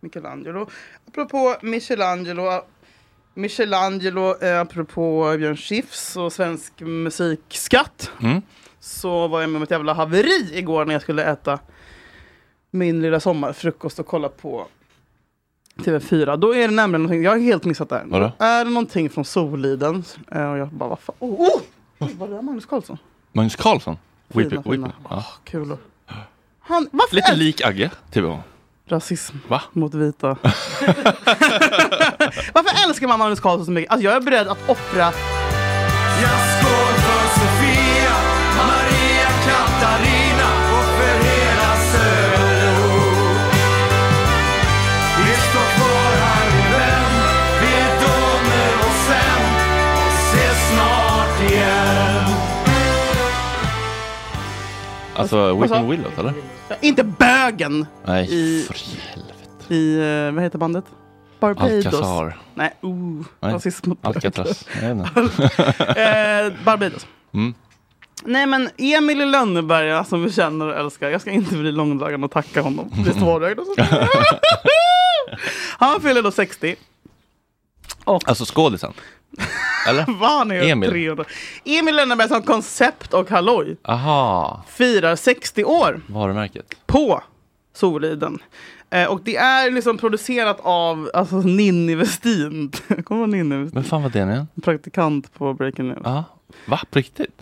Speaker 3: Michelangelo. Apropå Michelangelo. Michelangelo, eh, apropå Björn Skifs och svensk musikskatt. Så var jag med om ett jävla haveri igår när jag skulle äta min lilla sommarfrukost och kolla på TV4. Då är det nämligen någonting, jag har helt missat det här.
Speaker 2: Vadå?
Speaker 3: Är det någonting från Soliden? Eh, och jag bara, vad fan? Oh, oh! Oj, Var det där Magnus Karlsson?
Speaker 2: Magnus Carlsson. Whip,
Speaker 3: Fina,
Speaker 2: whip,
Speaker 3: fina.
Speaker 2: whip. Ja.
Speaker 3: kulor. Han, varför
Speaker 2: Lite
Speaker 3: är
Speaker 2: lik Agge, typ.
Speaker 3: rasism
Speaker 2: Va?
Speaker 3: mot vita? varför älskar man Magnus Carlsson så mycket? Alltså jag är beredd att offra...
Speaker 7: Jag skål för Sofia, Maria Katarina och för hela Söderort. Vi står kvar här i vän, vi är domer och sen och ses snart igen.
Speaker 2: Alltså Whitney
Speaker 3: alltså-
Speaker 2: Willows, eller?
Speaker 3: Inte bögen
Speaker 2: Nej,
Speaker 3: I-
Speaker 2: för helvete.
Speaker 3: i, eh, vad heter bandet? Barbados.
Speaker 2: Alcazar.
Speaker 3: Nej, oh,
Speaker 2: Nej.
Speaker 3: rasism mot
Speaker 2: Alcatraz. Jag vet inte.
Speaker 3: eh, Barbados.
Speaker 2: Mm.
Speaker 3: Nej men Emil i Lönneberga som vi känner och älskar. Jag ska inte bli långdragen och tacka honom. Det står det. Han fyller då 60.
Speaker 2: Alltså skådisen. Eller?
Speaker 3: Fan är Emil.
Speaker 2: Emil.
Speaker 3: 300. Emil Lönneberg som koncept och halloj
Speaker 2: Aha,
Speaker 3: firar 60 år
Speaker 2: varumärket.
Speaker 3: på Soliden. Eh, och det är liksom producerat av alltså, Ninni Westin. Kommer du ihåg Ninni Westin?
Speaker 2: Men fan vad det nu igen?
Speaker 3: Praktikant på Breaking News.
Speaker 2: Ja. Va, på riktigt?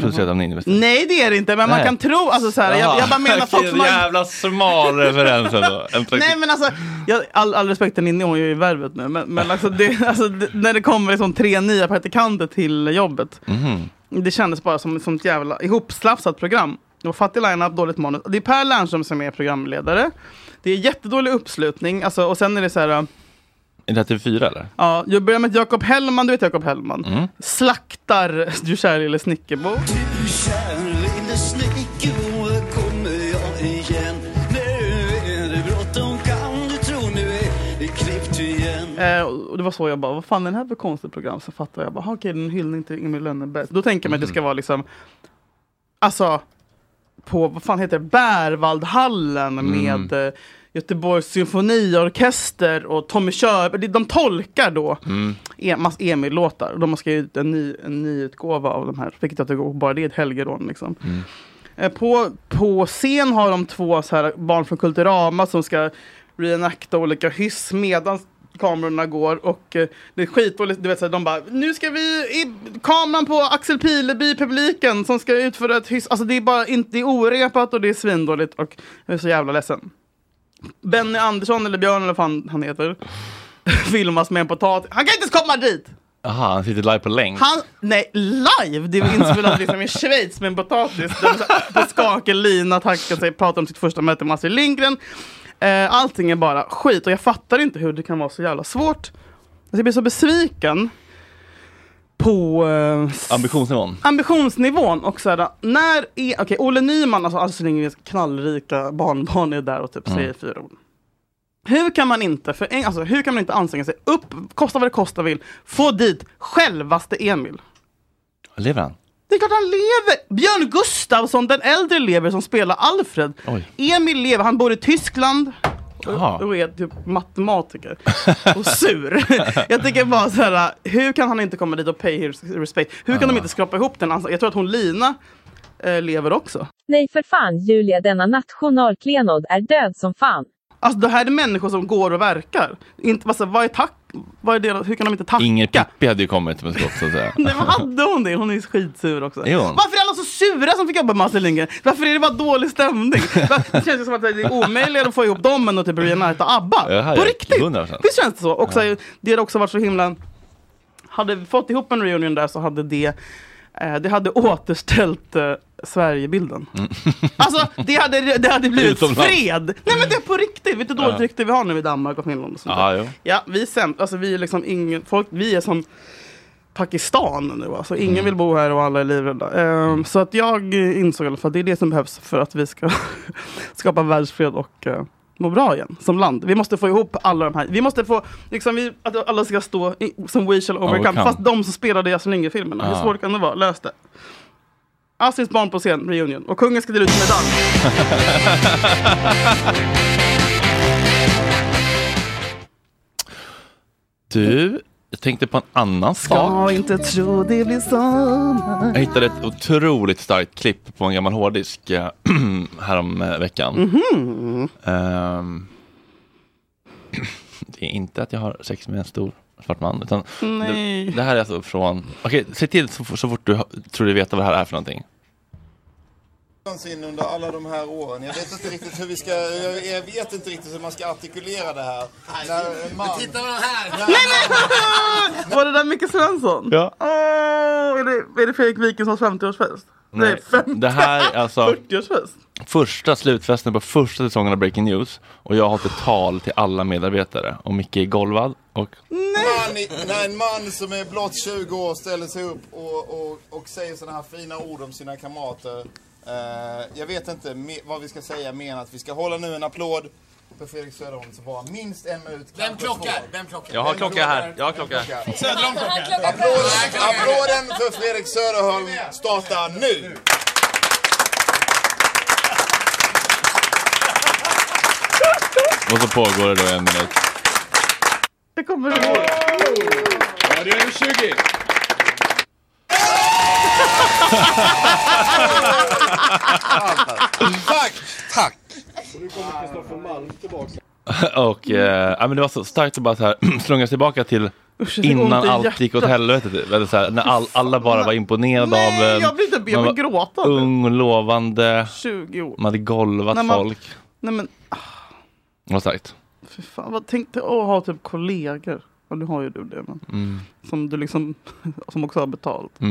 Speaker 2: Producerad av Ninni Westin.
Speaker 3: Nej det är det inte, men man
Speaker 2: Nej.
Speaker 3: kan tro, alltså så här, jag, jag bara menar folk som har...
Speaker 2: jävla smal referens ändå. En praktik-
Speaker 3: Nej men alltså, jag, all, all respekt till Ninni, hon är ju i värvet nu, men, men alltså, det, alltså det, när det kommer liksom tre nya praktikanter till jobbet.
Speaker 2: Mhm.
Speaker 3: Det kändes bara som ett sånt jävla ihopslafsat program. Det var fattig line-up, dåligt manus. Det är Per Lernström som är programledare. Det är jättedålig uppslutning. Alltså, och sen är det så här,
Speaker 2: Är det här TV4 eller?
Speaker 3: ja, jag börjar med Jakob Hellman, du vet Jakob Hellman. Slaktar Du kär lille snickerbo.
Speaker 7: Du kär lille snickor, kommer jag igen. Nu är det bråttom, kan du tro, nu är det klippt igen.
Speaker 3: Eh, och det var så jag bara, vad fan är det här för konstigt program? Så fattar jag bara, "Aha, okej det är en hyllning till Emil Lönneberg. Då tänker man att det ska vara liksom, alltså, på, vad fan heter det, Bärvaldhallen med eh, Göteborgs symfoniorkester och Tommy Körberg. De tolkar då e- massa Emil-låtar. Och De har skrivit ut en ny, en ny utgåva av de här, vilket jag tycker bara det är ett helgerån. Liksom. Eh, På, på scen har de två så här barn från Kulturama som ska reenacta olika hyss medan kamerorna går och eh, det är skitdåligt. Du vet, så här, de bara, nu ska vi i kameran på Axel Pileby, publiken som ska utföra ett hyss. Alltså det är bara inte, det är orepat och det är svindåligt och jag är så jävla ledsen. Benny Andersson eller Björn eller vad fan han heter filmas med en potatis. Han kan inte ens komma dit!
Speaker 2: Aha, han sitter live på länk.
Speaker 3: Han, nej, live! Det var inspelat liksom i Schweiz med en potatis. Där de så här på skakig lina tackar sig, pratar om sitt första möte med Astrid Lindgren. Eh, allting är bara skit och jag fattar inte hur det kan vara så jävla svårt. Alltså, jag blir så besviken på eh, s-
Speaker 2: Ambitionsnivån.
Speaker 3: ambitionsnivån och så här, när är, okej, Olle Nyman, alltså Astrid Lindgrens knallrika barnbarn är där och typ säger fyra ord. Hur kan man inte, för, en- alltså, hur kan man inte anstränga sig, upp, kosta vad det kosta vill, få dit självaste Emil?
Speaker 2: Lever han?
Speaker 3: Det är klart han lever! Björn Gustafsson, den äldre lever som spelar Alfred.
Speaker 2: Oj.
Speaker 3: Emil lever, han bor i Tyskland.
Speaker 2: Jaha.
Speaker 3: Och, och är typ matematiker. och sur. jag tänker bara så här, hur kan han inte komma dit och pay his respect? Hur kan de inte skrapa ihop den? Alltså, jag tror att hon Lina eh, lever också.
Speaker 8: Nej för fan Julia denna nationalklenod är död som fan.
Speaker 3: Alltså det här är människor som går och verkar. Inte, alltså, vad är tack? Vad är deras, hur kan de inte tacka?
Speaker 2: Inger Pippi hade ju kommit med skott så att säga.
Speaker 3: Nej, men hade hon det? Hon är ju skitsur också.
Speaker 2: Är hon?
Speaker 3: Varför är alla så sura som fick jobba med Astrid Lindgren? Varför är det bara dålig stämning? Varför- Det känns ju som att det är omöjligt att få ihop dem än att typ Renata och ABBA.
Speaker 2: Ja, här
Speaker 3: På
Speaker 2: är-
Speaker 3: riktigt!
Speaker 2: 100%.
Speaker 3: Visst känns det så? Och så har ju- det hade också varit så himla... Hade vi fått ihop en reunion där så hade det eh, det hade återställt eh, Sverigebilden. Alltså det hade, det hade blivit
Speaker 2: Mm. Utomlands.
Speaker 3: fred! Nej men det är på riktigt! Vet du hur dåligt
Speaker 2: Ja.
Speaker 3: rykte vi har nu i Danmark och Finland? Och sånt där.
Speaker 2: Ja, jo.
Speaker 3: Ja, vi är sämst. Alltså vi är liksom ingen, folk, vi är som Pakistan nu alltså. Ingen
Speaker 2: Mm.
Speaker 3: vill bo här och alla är livrädda. Ehm, så att jag eh, insåg i alla fall att det är det som behövs för att vi ska skapa världsfred och eh, må bra igen som land. Vi måste få ihop alla de här. Vi måste få, liksom vi, att alla ska stå i, som We shall overcome.
Speaker 2: Overcome.
Speaker 3: Fast de som spelade i Astrid Lindgren-filmerna. Hur
Speaker 2: Ah.
Speaker 3: svårt kan det vara? Lös det. Astrids barn på scen, reunion. Och kungen ska dela ut medalj.
Speaker 2: Du, jag tänkte på en annan sak.
Speaker 3: inte tro det blir sommar.
Speaker 2: Jag hittade ett otroligt starkt klipp på en gammal hårddisk eh, härom eh, veckan.
Speaker 3: Mhm.
Speaker 2: Ehm, det är inte att jag har sex med en stor svart man. Utan
Speaker 3: Nej.
Speaker 2: Det, det här är alltså från... Okej, se till så, f- så fort du ha- tror du vet vad det här är för någonting.
Speaker 9: någonsin under alla de här åren. Jag vet inte riktigt hur vi ska, jag, jag vet inte riktigt hur man ska artikulera det här. När en man... Men titta vad här!
Speaker 3: Var det där Micke Svensson?
Speaker 2: Ja.
Speaker 3: Åh, är, det, är det Fredrik Wikingsons 50-årsfest? Nej, fem-
Speaker 2: det här är alltså
Speaker 3: 40-årsfest.
Speaker 2: första slutfesten på första säsongen av Breaking News. Och jag har hållit ett tal till alla medarbetare. Och Micke är golvad. Och
Speaker 9: Man i- när en man som är blott 20 år ställer sig upp och, och, och säger sådana här fina ord om sina kamrater. Eh, jag vet inte me- vad vi ska säga mer än att vi ska hålla nu en applåd för Fredrik Söderholm som var minst en minut. Vem klockar? Vem klockar?
Speaker 2: Jag har klocka här. Jag har klocka här.
Speaker 9: Söderholm klockar. Applåden, applåden för Fredrik Söderholm startar nu.
Speaker 2: Och så pågår det då en minut.
Speaker 3: Jag kommer ihåg.
Speaker 9: Tack! Tack!
Speaker 2: Och eh, ja, men det var så starkt att bara så här slungas tillbaka till
Speaker 3: Usch, jag fick
Speaker 2: innan
Speaker 3: ont i
Speaker 2: allt gick åt
Speaker 3: hjärtat.
Speaker 2: helvete. Typ. Eller så här, när all, alla bara var imponerade av
Speaker 3: Nej,
Speaker 2: en.
Speaker 3: jag blir inte be
Speaker 2: Man
Speaker 3: mig
Speaker 2: var
Speaker 3: gråta.
Speaker 2: Ung, lovande.
Speaker 3: 20 år.
Speaker 2: Man hade golvat
Speaker 3: När man-
Speaker 2: folk.
Speaker 3: Nej men,
Speaker 2: Vad starkt.
Speaker 3: fy fan. Vad tänkte att ha typ kollegor. Ja, nu har ju du det. Men, Som du liksom, som också har betalt.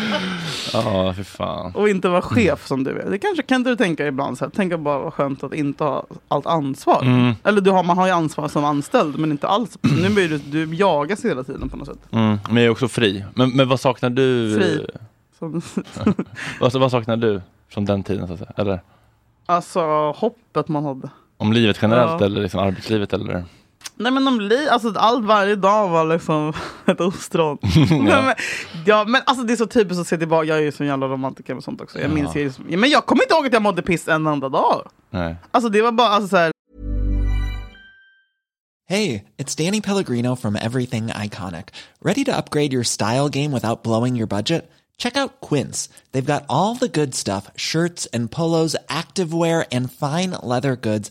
Speaker 2: Mm. Ja, fy fan.
Speaker 3: Och inte vara chef som du är. Det kanske kan du tänka ibland så här. Tänka bara vad skönt att inte ha allt ansvar.
Speaker 2: Mm.
Speaker 3: Eller du har, man har ju ansvar som anställd men inte alls. Nu blir du, du jagas hela tiden på något sätt.
Speaker 2: Mm. Men jag är också fri. Men, men vad saknar du?
Speaker 3: Fri. Som,
Speaker 2: Alltså, vad saknar du från den tiden? Så att säga? Eller
Speaker 3: alltså hoppet man hade.
Speaker 2: om livet generellt
Speaker 3: Ja.
Speaker 2: eller liksom arbetslivet? Eller?
Speaker 3: Nej men de blir, alltså allt varje dag var liksom ett ostron. Nej, men, ja men alltså det är så typiskt att se tillbaka, jag är ju så jävla romantiker med sånt också. Jag
Speaker 2: Ja.
Speaker 3: minns ju, liksom- ja, men jag kommer inte ihåg att jag mådde piss en enda dag.
Speaker 2: Nej.
Speaker 3: Alltså det var bara alltså, så här,
Speaker 10: Hey, it's Danny Pellegrino from Everything Iconic. Ready to upgrade your style game without blowing your budget? Check out Quince. They've got all the good stuff shirts and polos, activewear, and fine leather goods,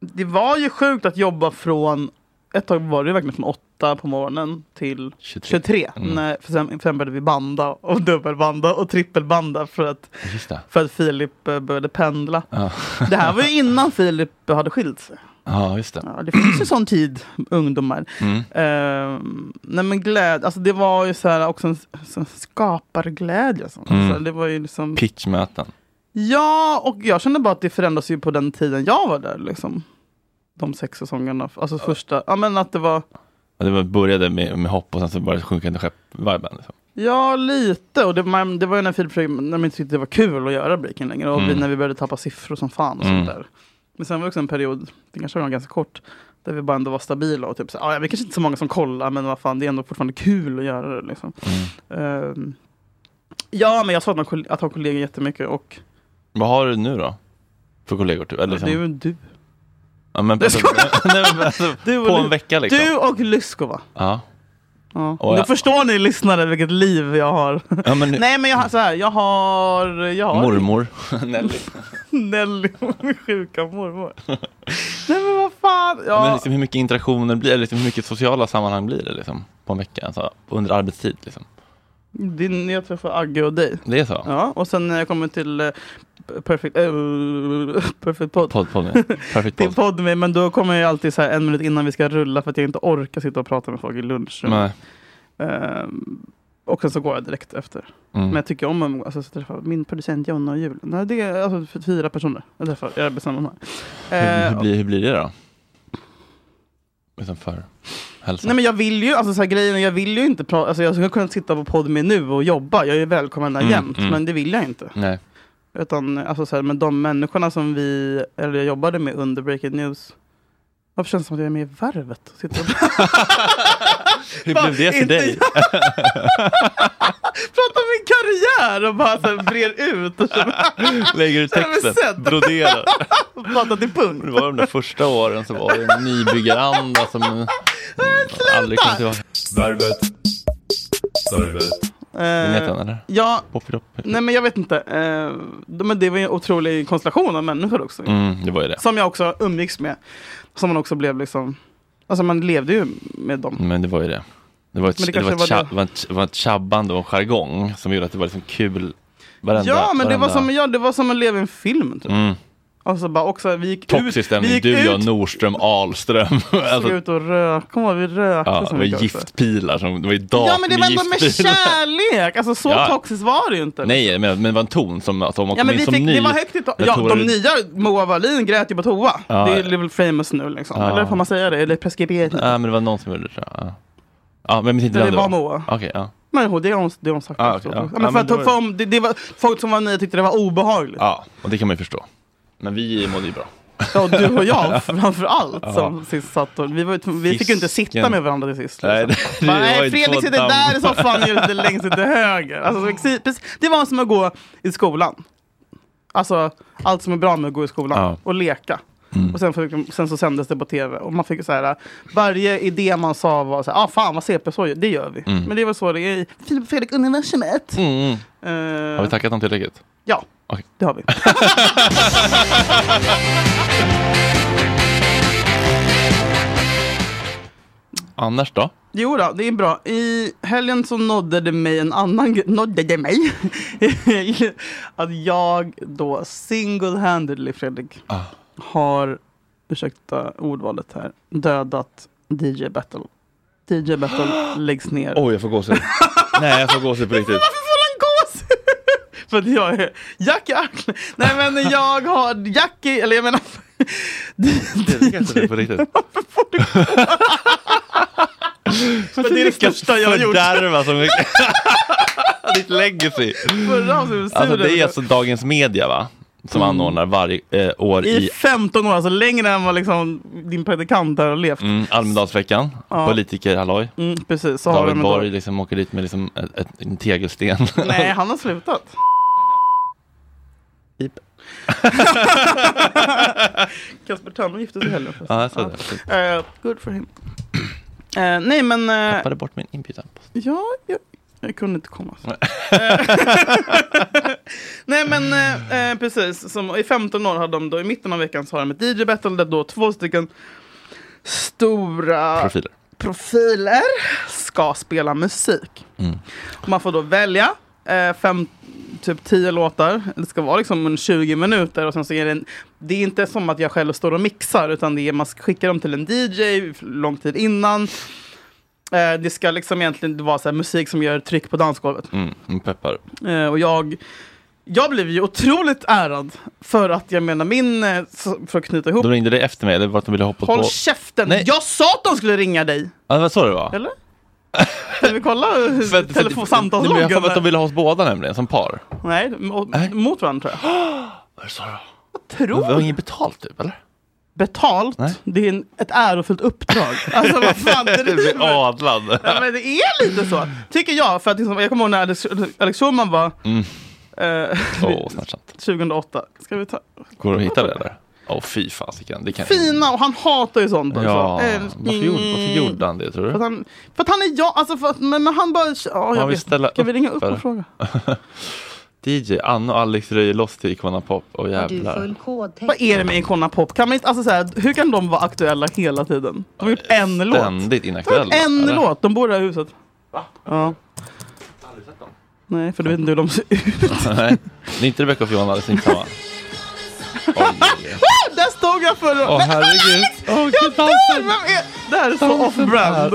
Speaker 3: det var ju sjukt att jobba från, ett tag var det verkligen från åtta på morgonen till 23.
Speaker 2: 23.
Speaker 3: Mm.
Speaker 2: Mm.
Speaker 3: När, för sen, sen började vi banda och dubbelbanda och trippelbanda för att,
Speaker 2: Just det.
Speaker 3: för att Filip eh, började pendla.
Speaker 2: Ja.
Speaker 3: Det här var ju innan Filip hade skilt sig.
Speaker 2: Ja, just det.
Speaker 3: Ja, det finns ju sån tid, ungdomar.
Speaker 2: Mm.
Speaker 3: Ehm, nej men glädje, alltså det var ju så här också en, en skaparglädje. och sånt.
Speaker 2: Mm.
Speaker 3: Så här, det var ju liksom,
Speaker 2: Pitchmöten.
Speaker 3: ja, och jag kände bara att det förändras ju på den tiden jag var där. Liksom. De sex säsongerna, alltså första, ja men att det var,
Speaker 2: Ja, Det var- började med, med hopp och sen så var det sjunkande skepp-viben. Liksom.
Speaker 3: ja lite. Och det, man, det var ju när Filip försökte- när man inte tyckte det var kul att göra breaking längre. Och vi,
Speaker 2: Mm.
Speaker 3: när vi började tappa siffror som fan och
Speaker 2: Mm.
Speaker 3: sånt där. Men sen var det också en period, det kanske var ganska kort, där vi bara ändå var stabila och typ så här, "Ah, ja, vi kanske inte är så många som kollar men vad fan det är ändå fortfarande kul att göra det liksom.
Speaker 2: Mm.
Speaker 3: Ehm, ja men jag saknar koll- att ha kollegor jättemycket och
Speaker 2: Vad har du nu då? För kollegor? Typ? Eller liksom?
Speaker 3: det är ju du.
Speaker 2: Ja, men,
Speaker 3: Jag skojar.
Speaker 2: Nej, men, alltså, på en vecka liksom?
Speaker 3: Du och Lyskova.
Speaker 2: Ja.
Speaker 3: Ja.
Speaker 2: Och
Speaker 3: Då
Speaker 2: jag-
Speaker 3: förstår ni lyssnare vilket liv jag har.
Speaker 2: Ja, men-
Speaker 3: Nej men jag har så här, jag har... Jag har
Speaker 2: Mormor. Nelly.
Speaker 3: Nelly, min sjuka mormor. Nej men vad fan. Ja.
Speaker 2: Men liksom, hur mycket interaktioner blir det? Liksom, hur mycket sociala sammanhang blir det liksom, på en vecka? Alltså, under arbetstid? Liksom.
Speaker 3: Din, jag träffar Agge och dig.
Speaker 2: Det är så?
Speaker 3: Ja, och sen när jag kommer till eh, Perfect, eh, perfect Pod.
Speaker 2: Podd, podd, ja. Perfect
Speaker 3: Till
Speaker 2: podd.
Speaker 3: podd med, men då kommer jag ju alltid så här en minut innan vi ska rulla för att jag inte orkar sitta och prata med folk i lunch.
Speaker 2: Nej.
Speaker 3: Ehm, och sen så går jag direkt efter.
Speaker 2: Mm.
Speaker 3: Men jag tycker om att alltså, så träffa min producent Jonna och Julen. Nej, det är alltså f- fyra personer jag träffar i arbetssammanhang.
Speaker 2: Hur, hur,
Speaker 3: Ehm,
Speaker 2: blir, hur blir det då? Liksom för hälsan?
Speaker 3: Nej men jag vill ju, alltså så här, grejen, är, jag vill ju inte prata, alltså jag skulle kunna sitta på podd med nu och jobba, jag är välkommen där
Speaker 2: Mm,
Speaker 3: jämt,
Speaker 2: mm.
Speaker 3: men det vill jag inte.
Speaker 2: Nej.
Speaker 3: Utan alltså så här, men de människorna som vi, eller jag jobbade med under Breaking News, varför känns det som att jag är med i Värvet? Och sitter och
Speaker 2: Hur blev det för
Speaker 3: Inte
Speaker 2: dig?
Speaker 3: pratar om min karriär och bara så här, brer ut och känner,
Speaker 2: Lägger ut
Speaker 3: känner mig
Speaker 2: texten,
Speaker 3: sedd.
Speaker 2: broderar.
Speaker 3: pratar till punkt.
Speaker 2: Det var de där första åren så var det en nybyggaranda som eh, aldrig kom tillbaka. Värvet. Värvet. Den heter den eller?
Speaker 3: Ehm, Ja,
Speaker 2: Poppidop.
Speaker 3: nej men jag vet inte. Eh, de- men det var ju en otrolig konstellation av människor också.
Speaker 2: Mm, det var ju det.
Speaker 3: Som jag också umgicks med. Som man också blev liksom, alltså man levde ju med dem.
Speaker 2: Men det var ju det. Det var ett,
Speaker 3: Men det
Speaker 2: det var ett,
Speaker 3: kanske var
Speaker 2: tja- var ett, var ett tjabbande och en jargong som gjorde att det var liksom kul. Varenda,
Speaker 3: ja, men det var,
Speaker 2: varenda-
Speaker 3: som, ja, det var som att leva i en film. Typ.
Speaker 2: Mm.
Speaker 3: Alltså bara också, vi gick
Speaker 2: Toxisk
Speaker 3: ut, vi
Speaker 2: stämning,
Speaker 3: gick
Speaker 2: du,
Speaker 3: ut,
Speaker 2: jag, Norström, Ahlström.
Speaker 3: såg
Speaker 2: Alltså,
Speaker 3: ut och rökte. Kommer ihåg, vi rökte
Speaker 2: ja,
Speaker 3: så
Speaker 2: det var
Speaker 3: mycket. också.
Speaker 2: giftpilar, som, det var ju datum
Speaker 3: Ja, men det var ändå med
Speaker 2: giftpilar.
Speaker 3: kärlek. Alltså så
Speaker 2: Ja.
Speaker 3: toxiskt var det ju inte.
Speaker 2: Nej, men, men det var en ton som, alltså, om man
Speaker 3: Ja,
Speaker 2: kom
Speaker 3: men
Speaker 2: in
Speaker 3: vi
Speaker 2: som
Speaker 3: fick,
Speaker 2: ny.
Speaker 3: det var högt i to-
Speaker 2: jag
Speaker 3: Ja,
Speaker 2: tror
Speaker 3: de
Speaker 2: det-
Speaker 3: nya, Moa Wallin grät ju på toa.
Speaker 2: Ja.
Speaker 3: Det är väl famous nu liksom.
Speaker 2: Ja.
Speaker 3: Eller får man säga det? Eller preskriberat?
Speaker 2: Ja, men det var någon som gjorde det tror jag. Ja. Ja, vem inte
Speaker 3: Nej,
Speaker 2: vem
Speaker 3: det var Moa.
Speaker 2: Okej, ja.
Speaker 3: Men hon- det har hon, det har hon sagt
Speaker 2: Ah,
Speaker 3: också.
Speaker 2: okej, ja.
Speaker 3: Ja,
Speaker 2: Ja,
Speaker 3: men för
Speaker 2: men
Speaker 3: att,
Speaker 2: då Ah. är-
Speaker 3: för om, det, det var, folk som var nya tyckte det var obehagligt.
Speaker 2: ja, och det kan man ju förstå. Men vi mådde ju bra.
Speaker 3: Ja, och du och jag framför allt
Speaker 2: Ja.
Speaker 3: som sist satt och, vi, var, ju- vi fick ju inte sitta
Speaker 2: Fisken.
Speaker 3: med varandra till sist. liksom.
Speaker 2: Nej, det, det
Speaker 3: Bara,
Speaker 2: var
Speaker 3: Nej,
Speaker 2: ju
Speaker 3: Fredrik
Speaker 2: två
Speaker 3: sitter där i
Speaker 2: damm."
Speaker 3: soffan, jag sitter längst ut till höger. Alltså, exi- precis- det var som att gå i skolan. Alltså, allt som är bra med att gå i skolan.
Speaker 2: Ja. Mm.
Speaker 3: Och leka. Och sen, fick, sen så sändes det på tv. Och man fick så här, varje idé man sa var så här, ah, fan vad CP så gör- det gör vi.
Speaker 2: Mm.
Speaker 3: Men det var så det är i Filip och Fredrik-universumet. Eh,
Speaker 2: Har vi tackat dem tillräckligt?
Speaker 3: Ja, det har vi.
Speaker 2: Annars då?
Speaker 3: Jo då, det är bra. I helgen så nådde det mig en annan gre- nådde det mig att jag då single-handedly, Fredrik,
Speaker 2: Ah.
Speaker 3: har, ursäkta ordvalet här, dödat DJ Battle. DJ Battle läggs ner.
Speaker 2: Oj, jag får gåshud. Nej, jag får gåshud på riktigt.
Speaker 3: För att jag är Jack Ackle. Nej men jag har Jackie, eller jag menar...
Speaker 2: Det kanske det är på riktigt.
Speaker 3: Men det är det största jag har gjort.
Speaker 2: Fördärva som... Ditt legacy.
Speaker 3: Förra avsnittet
Speaker 2: Alltså det är
Speaker 3: surade.
Speaker 2: alltså Dagens Media va? Som anordnar varje eh, år
Speaker 3: Mm. I
Speaker 2: i
Speaker 3: 15 år, alltså längre än vad liksom din predikant där har levt.
Speaker 2: mm, Almedalsveckan.
Speaker 3: Ja.
Speaker 2: Politikerhalloj.
Speaker 3: Mm, precis, så har
Speaker 2: David
Speaker 3: de
Speaker 2: Borg
Speaker 3: då. Mm.
Speaker 2: liksom åker dit med liksom ett, ett, en tegelsten.
Speaker 3: Nej, han har slutat.
Speaker 2: Pip.
Speaker 3: Kasper Törnblom gifte sig i helgen. förresten.
Speaker 2: Ja, jag såg det.
Speaker 3: Eh, good for him. Eh, nej men... eh,
Speaker 2: Tappade bort min inbjudan.
Speaker 3: Ja, jag, jag kunde inte komma. Eh, Nej men eh, eh, precis, som, i 15 år hade de då, i mitten av veckan så har de ett DJ-battle där då två stycken stora
Speaker 2: Profiler.
Speaker 3: profiler ska spela musik. Man får då välja eh, fem, typ tio låtar. Det ska vara liksom en 20 minuter och sen så är det en, Det är inte som att jag själv står och mixar utan det är, man skickar dem till en DJ lång tid innan. Eh, det ska liksom egentligen vara så här, musik som gör tryck på dansgolvet.
Speaker 2: Mm, mm, peppar.
Speaker 3: Eh, och jag, jag blev ju otroligt ärad för att jag menar min, eh, så- för att knyta ihop.
Speaker 2: De ringde dig efter mig, eller var att de ville hoppa
Speaker 3: Håll
Speaker 2: på...
Speaker 3: käften! Jag sa att de skulle ringa dig!
Speaker 2: Ja, det var så det var.
Speaker 3: Eller? Ska vi kolla hur- telefon-
Speaker 2: Nej, men Jag har för mig att de
Speaker 3: samtalsloggen?
Speaker 2: ville ha oss båda nämligen, som par.
Speaker 3: Nej, mot- mot varandra tror jag.
Speaker 2: Vad sa du?
Speaker 3: Tror
Speaker 2: Det var inget betalt typ, eller?
Speaker 3: Betalt?
Speaker 2: Nej.
Speaker 3: Det är en, ett ärofullt uppdrag. Alltså vad fan
Speaker 2: Bli
Speaker 3: driver
Speaker 2: adlad.
Speaker 3: Ja, men det är lite så, tycker jag. För att liksom, jag kommer ihåg när Alex, Alex Schulman var
Speaker 2: Mm.
Speaker 3: eh,
Speaker 2: Åh, smärtsamt.
Speaker 3: 2008. Ska vi ta?
Speaker 2: Går det att hitta det eller? Åh fy fasiken. Det kan
Speaker 3: Fina, och han hatar ju sånt. också.
Speaker 2: Ja,
Speaker 3: Eh,
Speaker 2: varför gjorde, varför gjorde han det tror
Speaker 3: För att
Speaker 2: du?
Speaker 3: han, för att han är jag, alltså för att, men, men han bara... Ja, jag
Speaker 2: vill
Speaker 3: vet.
Speaker 2: ställa
Speaker 3: Kan vi ringa upp
Speaker 2: eller?
Speaker 3: och fråga?
Speaker 2: DJ Anna och Alex röjer loss till Icona Pop. Åh jävlar.
Speaker 3: Vad är det med Icona Pop? Kan man inte, alltså så här, hur kan de vara aktuella hela tiden? De har gjort en låt.
Speaker 2: Ständigt
Speaker 3: De har gjort
Speaker 2: inaktuella.
Speaker 3: en
Speaker 2: eller?
Speaker 3: låt. De bor i det här huset. Va? Ja.
Speaker 2: Aldrig sett dem.
Speaker 3: Nej, för du vet inte hur de ser ut.
Speaker 2: Nej, det är inte Rebecca och Fiona, det är Simsalabim.
Speaker 3: Ah, Där stod jag förra...
Speaker 2: Åh herregud.
Speaker 3: jag dör! Vem är... Det här är så off-brand.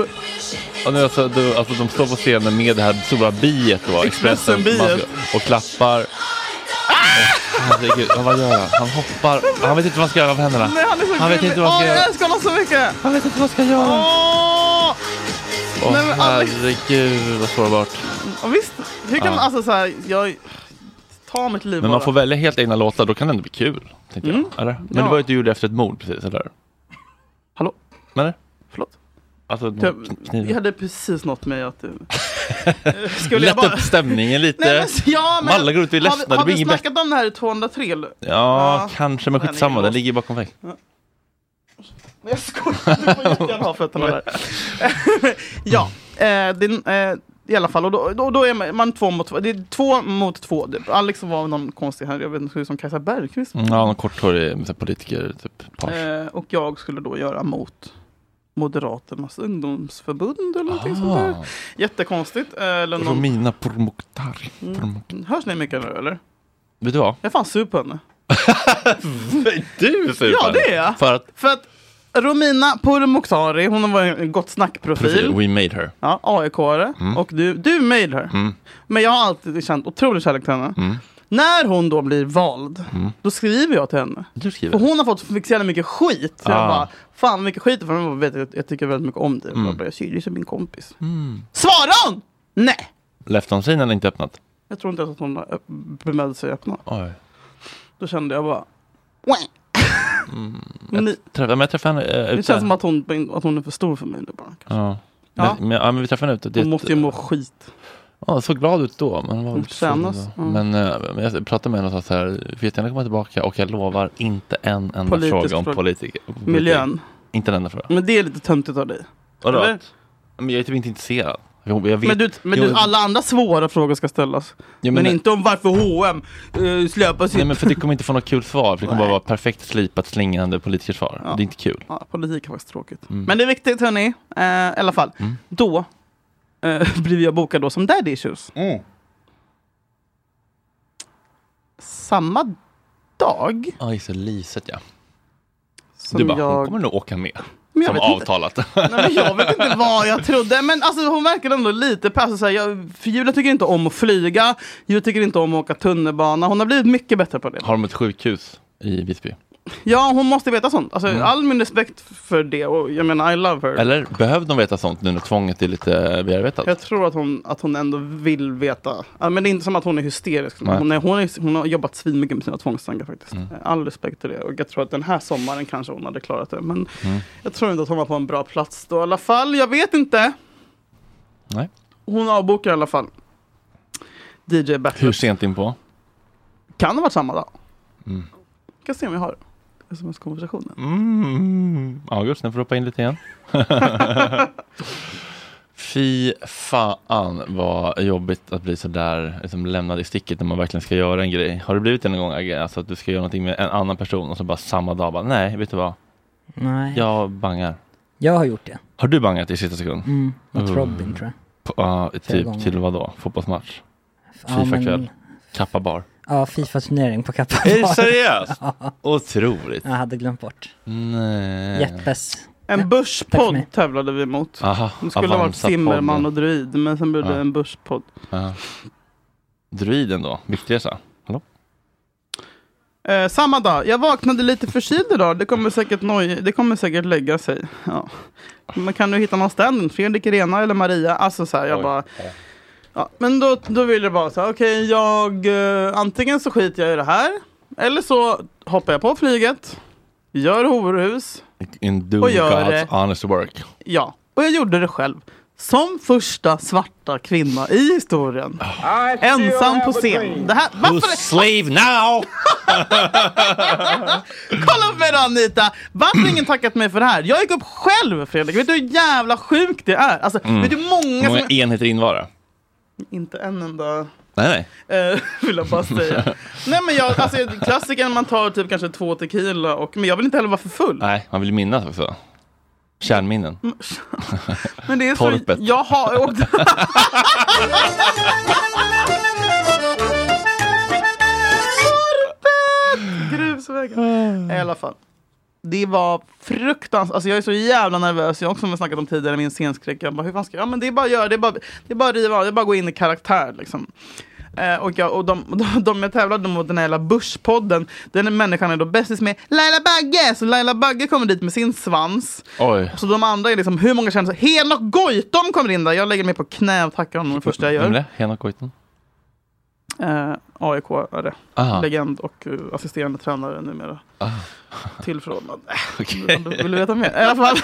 Speaker 2: Och nu, alltså, du, alltså, de står på scenen med det här stora biet då, Expressen,
Speaker 3: Expressen-biet.
Speaker 2: och klappar. Åh, Herregud, ja, vad gör han? Han hoppar. Han vet inte vad han ska göra med händerna.
Speaker 3: Nej, han är så
Speaker 2: Han vet
Speaker 3: grym.
Speaker 2: inte vad han
Speaker 3: Åh,
Speaker 2: ska göra.
Speaker 3: Jag älskar honom så mycket.
Speaker 2: Han vet inte vad han ska göra.
Speaker 3: Åh!
Speaker 2: Åh
Speaker 3: Nej, men Alex-
Speaker 2: herregud, vad sårbart.
Speaker 3: Ja, visst, hur kan
Speaker 2: Ja.
Speaker 3: alltså så här, jag... Ta mitt liv
Speaker 2: Men man
Speaker 3: bara. Mm.
Speaker 2: får välja helt egna låtar, då kan det ändå bli kul. Tänkte jag. Eller? Men det
Speaker 3: Ja.
Speaker 2: var ju att du gjorde efter ett mord precis, eller?
Speaker 3: Hallå?
Speaker 2: Eller?
Speaker 3: Förlåt?
Speaker 2: Alltså,
Speaker 3: Jag, jag
Speaker 2: kniven.
Speaker 3: hade precis nått mig att... Skulle jag
Speaker 2: Lätta
Speaker 3: bara-
Speaker 2: upp stämningen lite.
Speaker 3: Nej, men, ja, men,
Speaker 2: Alla går ut och är
Speaker 3: har vi-
Speaker 2: ledsna, det
Speaker 3: Har
Speaker 2: blir
Speaker 3: vi
Speaker 2: inget bättre.
Speaker 3: snackat om det här i 203? eller?
Speaker 2: Ja, kanske, men
Speaker 3: Den är
Speaker 2: skitsamma. Den
Speaker 3: låst.
Speaker 2: ligger bakom väggen.
Speaker 3: Nej, jag skojar. Du får jättegärna ha fötterna där. ja, eh, det, eh, i alla fall. Och då, då, då är man, man två mot två. Det är två mot två. Typ. Alex var någon konstig här. Jag vet inte, såg ut som Kajsa Bergqvist.
Speaker 2: Mm, Ja, någon korthårig med så här politiker, typ. Pars.
Speaker 3: Eh, och jag skulle då göra mot Moderaternas ungdomsförbund eller någonting
Speaker 2: Ah. Alltså,
Speaker 3: sånt där. Jättekonstigt. Eh, eller någon...
Speaker 2: Romina Pourmokhtari.
Speaker 3: Mm. Hörs ni mycket nu eller?
Speaker 2: Vet du vad?
Speaker 3: Jag är fan sur på henne.
Speaker 2: Du är sur på
Speaker 3: Ja,
Speaker 2: henne.
Speaker 3: det är jag.
Speaker 2: För att
Speaker 3: För att Romina Pourmokhtari, hon var en gott
Speaker 2: profil,
Speaker 3: snack-profil.
Speaker 2: we made her.
Speaker 3: Ja, AIK-are.
Speaker 2: Mm.
Speaker 3: Och du, du made her.
Speaker 2: Mm.
Speaker 3: Men jag har alltid känt otrolig kärlek till henne.
Speaker 2: Mm.
Speaker 3: När hon då blir vald, då skriver jag till henne.
Speaker 2: För
Speaker 3: hon har fått fick så jävla mycket skit.
Speaker 2: Ah.
Speaker 3: Så jag bara, fan mycket skit. För hon vet att jag tycker väldigt mycket om dig. Mm. Jag bara, jag ser dig som min kompis.
Speaker 2: Mm.
Speaker 3: Svarar hon? Nej!
Speaker 2: Lefton-sidan eller inte öppnat?
Speaker 3: Jag tror inte ens att hon ö- bemödde sig att öppna.
Speaker 2: Oj.
Speaker 3: Då kände jag bara, "Wah."
Speaker 2: Mm.
Speaker 3: Men ni-
Speaker 2: Jag, träffade, men jag träffade henne eh,
Speaker 3: det känns som
Speaker 2: ute.
Speaker 3: att hon, att hon är för stor för mig nu bara.
Speaker 2: Ja.
Speaker 3: Ja.
Speaker 2: Men, men, ja, men vi träffade henne ute. Det är
Speaker 3: Hon
Speaker 2: ett-
Speaker 3: måste ju må skit.
Speaker 2: Ja, hon såg glad ut då. Men hon var
Speaker 3: Hon
Speaker 2: lite full
Speaker 3: tjänas,
Speaker 2: då.
Speaker 3: ja.
Speaker 2: Men, eh, men jag pratade med henne och sa så här, "Får jag gärna komma tillbaka och jag lovar inte en enda
Speaker 3: Politisk
Speaker 2: fråga om
Speaker 3: fråga.
Speaker 2: politiker.
Speaker 3: Miljön.
Speaker 2: Inte en enda fråga.
Speaker 3: Men det är lite töntigt av dig.
Speaker 2: Vadå?
Speaker 3: Eller?
Speaker 2: Men jag är typ inte intresserad. Jag, jag vet,
Speaker 3: Men, du, men du,
Speaker 2: jag-
Speaker 3: alla andra svåra frågor ska ställas.
Speaker 2: Ja, men-
Speaker 3: men inte om varför H&M uh, släpar sitt...
Speaker 2: Nej men för du kommer inte få något kul svar. För det kommer bara vara perfekt slipat slingande politikersvar. Det är inte kul.
Speaker 3: Ja, politik är faktiskt tråkigt.
Speaker 2: Mm.
Speaker 3: Men det är viktigt hörni, eh, i alla fall. Då eh, blev jag bokad då som Daddy Issues.
Speaker 2: Mm.
Speaker 3: Samma dag
Speaker 2: Aj, så liset ja.
Speaker 3: som
Speaker 2: du bara, hon
Speaker 3: jag...
Speaker 2: kommer nog åka med.
Speaker 3: Men jag
Speaker 2: Som
Speaker 3: vet inte.
Speaker 2: avtalat.
Speaker 3: Nej, men jag vet inte vad jag trodde. Men alltså, hon verkar ändå lite passiv. Så här, jag, för Julia tycker inte om att flyga. Julia tycker inte om att åka tunnelbana. Hon har blivit mycket bättre på det.
Speaker 2: Har de ett sjukhus i Visby?
Speaker 3: Ja, hon måste veta sånt. Alltså,
Speaker 2: Mm.
Speaker 3: All min respekt för det. Och jag menar, I love her.
Speaker 2: Eller behöver de veta sånt nu när tvånget är lite bearbetat?
Speaker 3: Jag tror att hon, att hon ändå vill veta. Ja, Men det är inte som att hon är hysterisk.
Speaker 2: Nej.
Speaker 3: Hon, är, hon, är, hon har jobbat svinmycket med sina tvångstankar faktiskt.
Speaker 2: Mm.
Speaker 3: All respekt till det. Och jag tror att den här sommaren kanske hon hade klarat det. Men
Speaker 2: Mm.
Speaker 3: jag tror inte att hon var på en bra plats då i alla fall. Jag vet inte.
Speaker 2: Nej.
Speaker 3: Hon avbokar i alla fall. DJ Battle.
Speaker 2: Hur sent in på?
Speaker 3: Kan ha varit samma dag.
Speaker 2: Mm.
Speaker 3: Kan se om jag har sms-konversationen.
Speaker 2: Mm. August, den får hoppa in lite igen. Fy fan vad jobbigt att bli sådär liksom lämnad i sticket när man verkligen ska göra en grej. Har det blivit det någon gång Agge? Alltså att du ska göra någonting med en annan person och så bara samma dag bara, nej vet du vad?
Speaker 4: Nej.
Speaker 2: Jag bangar.
Speaker 4: Jag har gjort det.
Speaker 2: Har du bangat i sista sekund?
Speaker 4: Mm, mot
Speaker 2: Uh.
Speaker 4: Robin, tror
Speaker 2: På- Ja,
Speaker 4: Flera
Speaker 2: typ
Speaker 4: gånger.
Speaker 2: till vad då? Fotbollsmatch?
Speaker 4: Ja,
Speaker 2: Fifa-kväll?
Speaker 4: men-
Speaker 2: Kappa bar?
Speaker 4: Ja, Fifa-turnering på Kappa
Speaker 2: Är det
Speaker 4: Bar.
Speaker 2: seriöst?
Speaker 4: Ja.
Speaker 2: Otroligt.
Speaker 4: Jag hade glömt bort.
Speaker 2: Nej.
Speaker 4: Jeppes.
Speaker 3: En börspodd tävlade vi mot.
Speaker 2: Aha,
Speaker 3: det skulle ha varit
Speaker 2: Avanza-podden.
Speaker 3: Zimmerman och Druid. Men sen blev det
Speaker 2: Ja.
Speaker 3: en börspodd.
Speaker 2: Ja. Druiden då? Viktigresa? Hallå?
Speaker 3: Eh, samma dag. Jag vaknade lite förkyld idag. Det kommer säkert, noj, det kommer säkert lägga sig. Ja. Men kan du hitta någon stand Fredrik Irena eller Maria? Alltså så här, jag bara... Ja, men då, då vill jag bara säga, okej, jag... Eh, antingen så skiter jag i det här. Eller så hoppar jag på flyget. Gör horhus.
Speaker 2: In do
Speaker 3: Och gör
Speaker 2: God's
Speaker 3: det.
Speaker 2: honest work.
Speaker 3: Ja, och jag gjorde det själv. Som första svarta kvinna i historien. Ensam på scen. Det här, varför,
Speaker 2: slave now!
Speaker 3: Kolla på mig då Anita! Varför har ingen tackat mig för det här? Jag gick upp själv Fredrik, vet du hur jävla sjukt det är? Alltså,
Speaker 2: Mm.
Speaker 3: vet du hur många,
Speaker 2: Många
Speaker 3: som...
Speaker 2: enheter invara?
Speaker 3: Inte en enda...
Speaker 2: Nej, nej.
Speaker 3: Eh, vill jag bara säga. Nej men jag, alltså klassikern man tar typ kanske två tequila och, men jag vill inte heller vara för full.
Speaker 2: Nej, man vill minnas också. Kärnminnen.
Speaker 3: Mm. Men det är
Speaker 2: Torpet.
Speaker 3: så, jag har åkt... Torpet! Grusvägen. I alla fall. Det var fruktansvärt, alltså jag är så jävla nervös, jag har också snackat om tidigare min scenskräck. Jag bara, hur fan ska jag, ja men det är bara att göra, det är bara, det är bara att riva av, det är bara att gå in i karaktär liksom. Eh, och jag, och de, de, de jag tävlade mot, den här jävla Bush-podden, den människan är då bästis med Laila Bagge! Så Laila Bagge kommer dit med sin svans.
Speaker 2: Oj.
Speaker 3: Så de andra är liksom, hur många kändisar? Henok Goitom kommer in där. Jag lägger mig på knä och tackar honom det första jag
Speaker 2: Vem är
Speaker 3: gör.
Speaker 2: det? Henok Goitom?
Speaker 3: Eh, AIK-are.
Speaker 2: Aha.
Speaker 3: Legend och eh, assisterande tränare numera.
Speaker 2: Ah.
Speaker 3: Tillförordnad. Eh,
Speaker 2: Okej.
Speaker 3: Vill, vill du veta mer? I alla fall.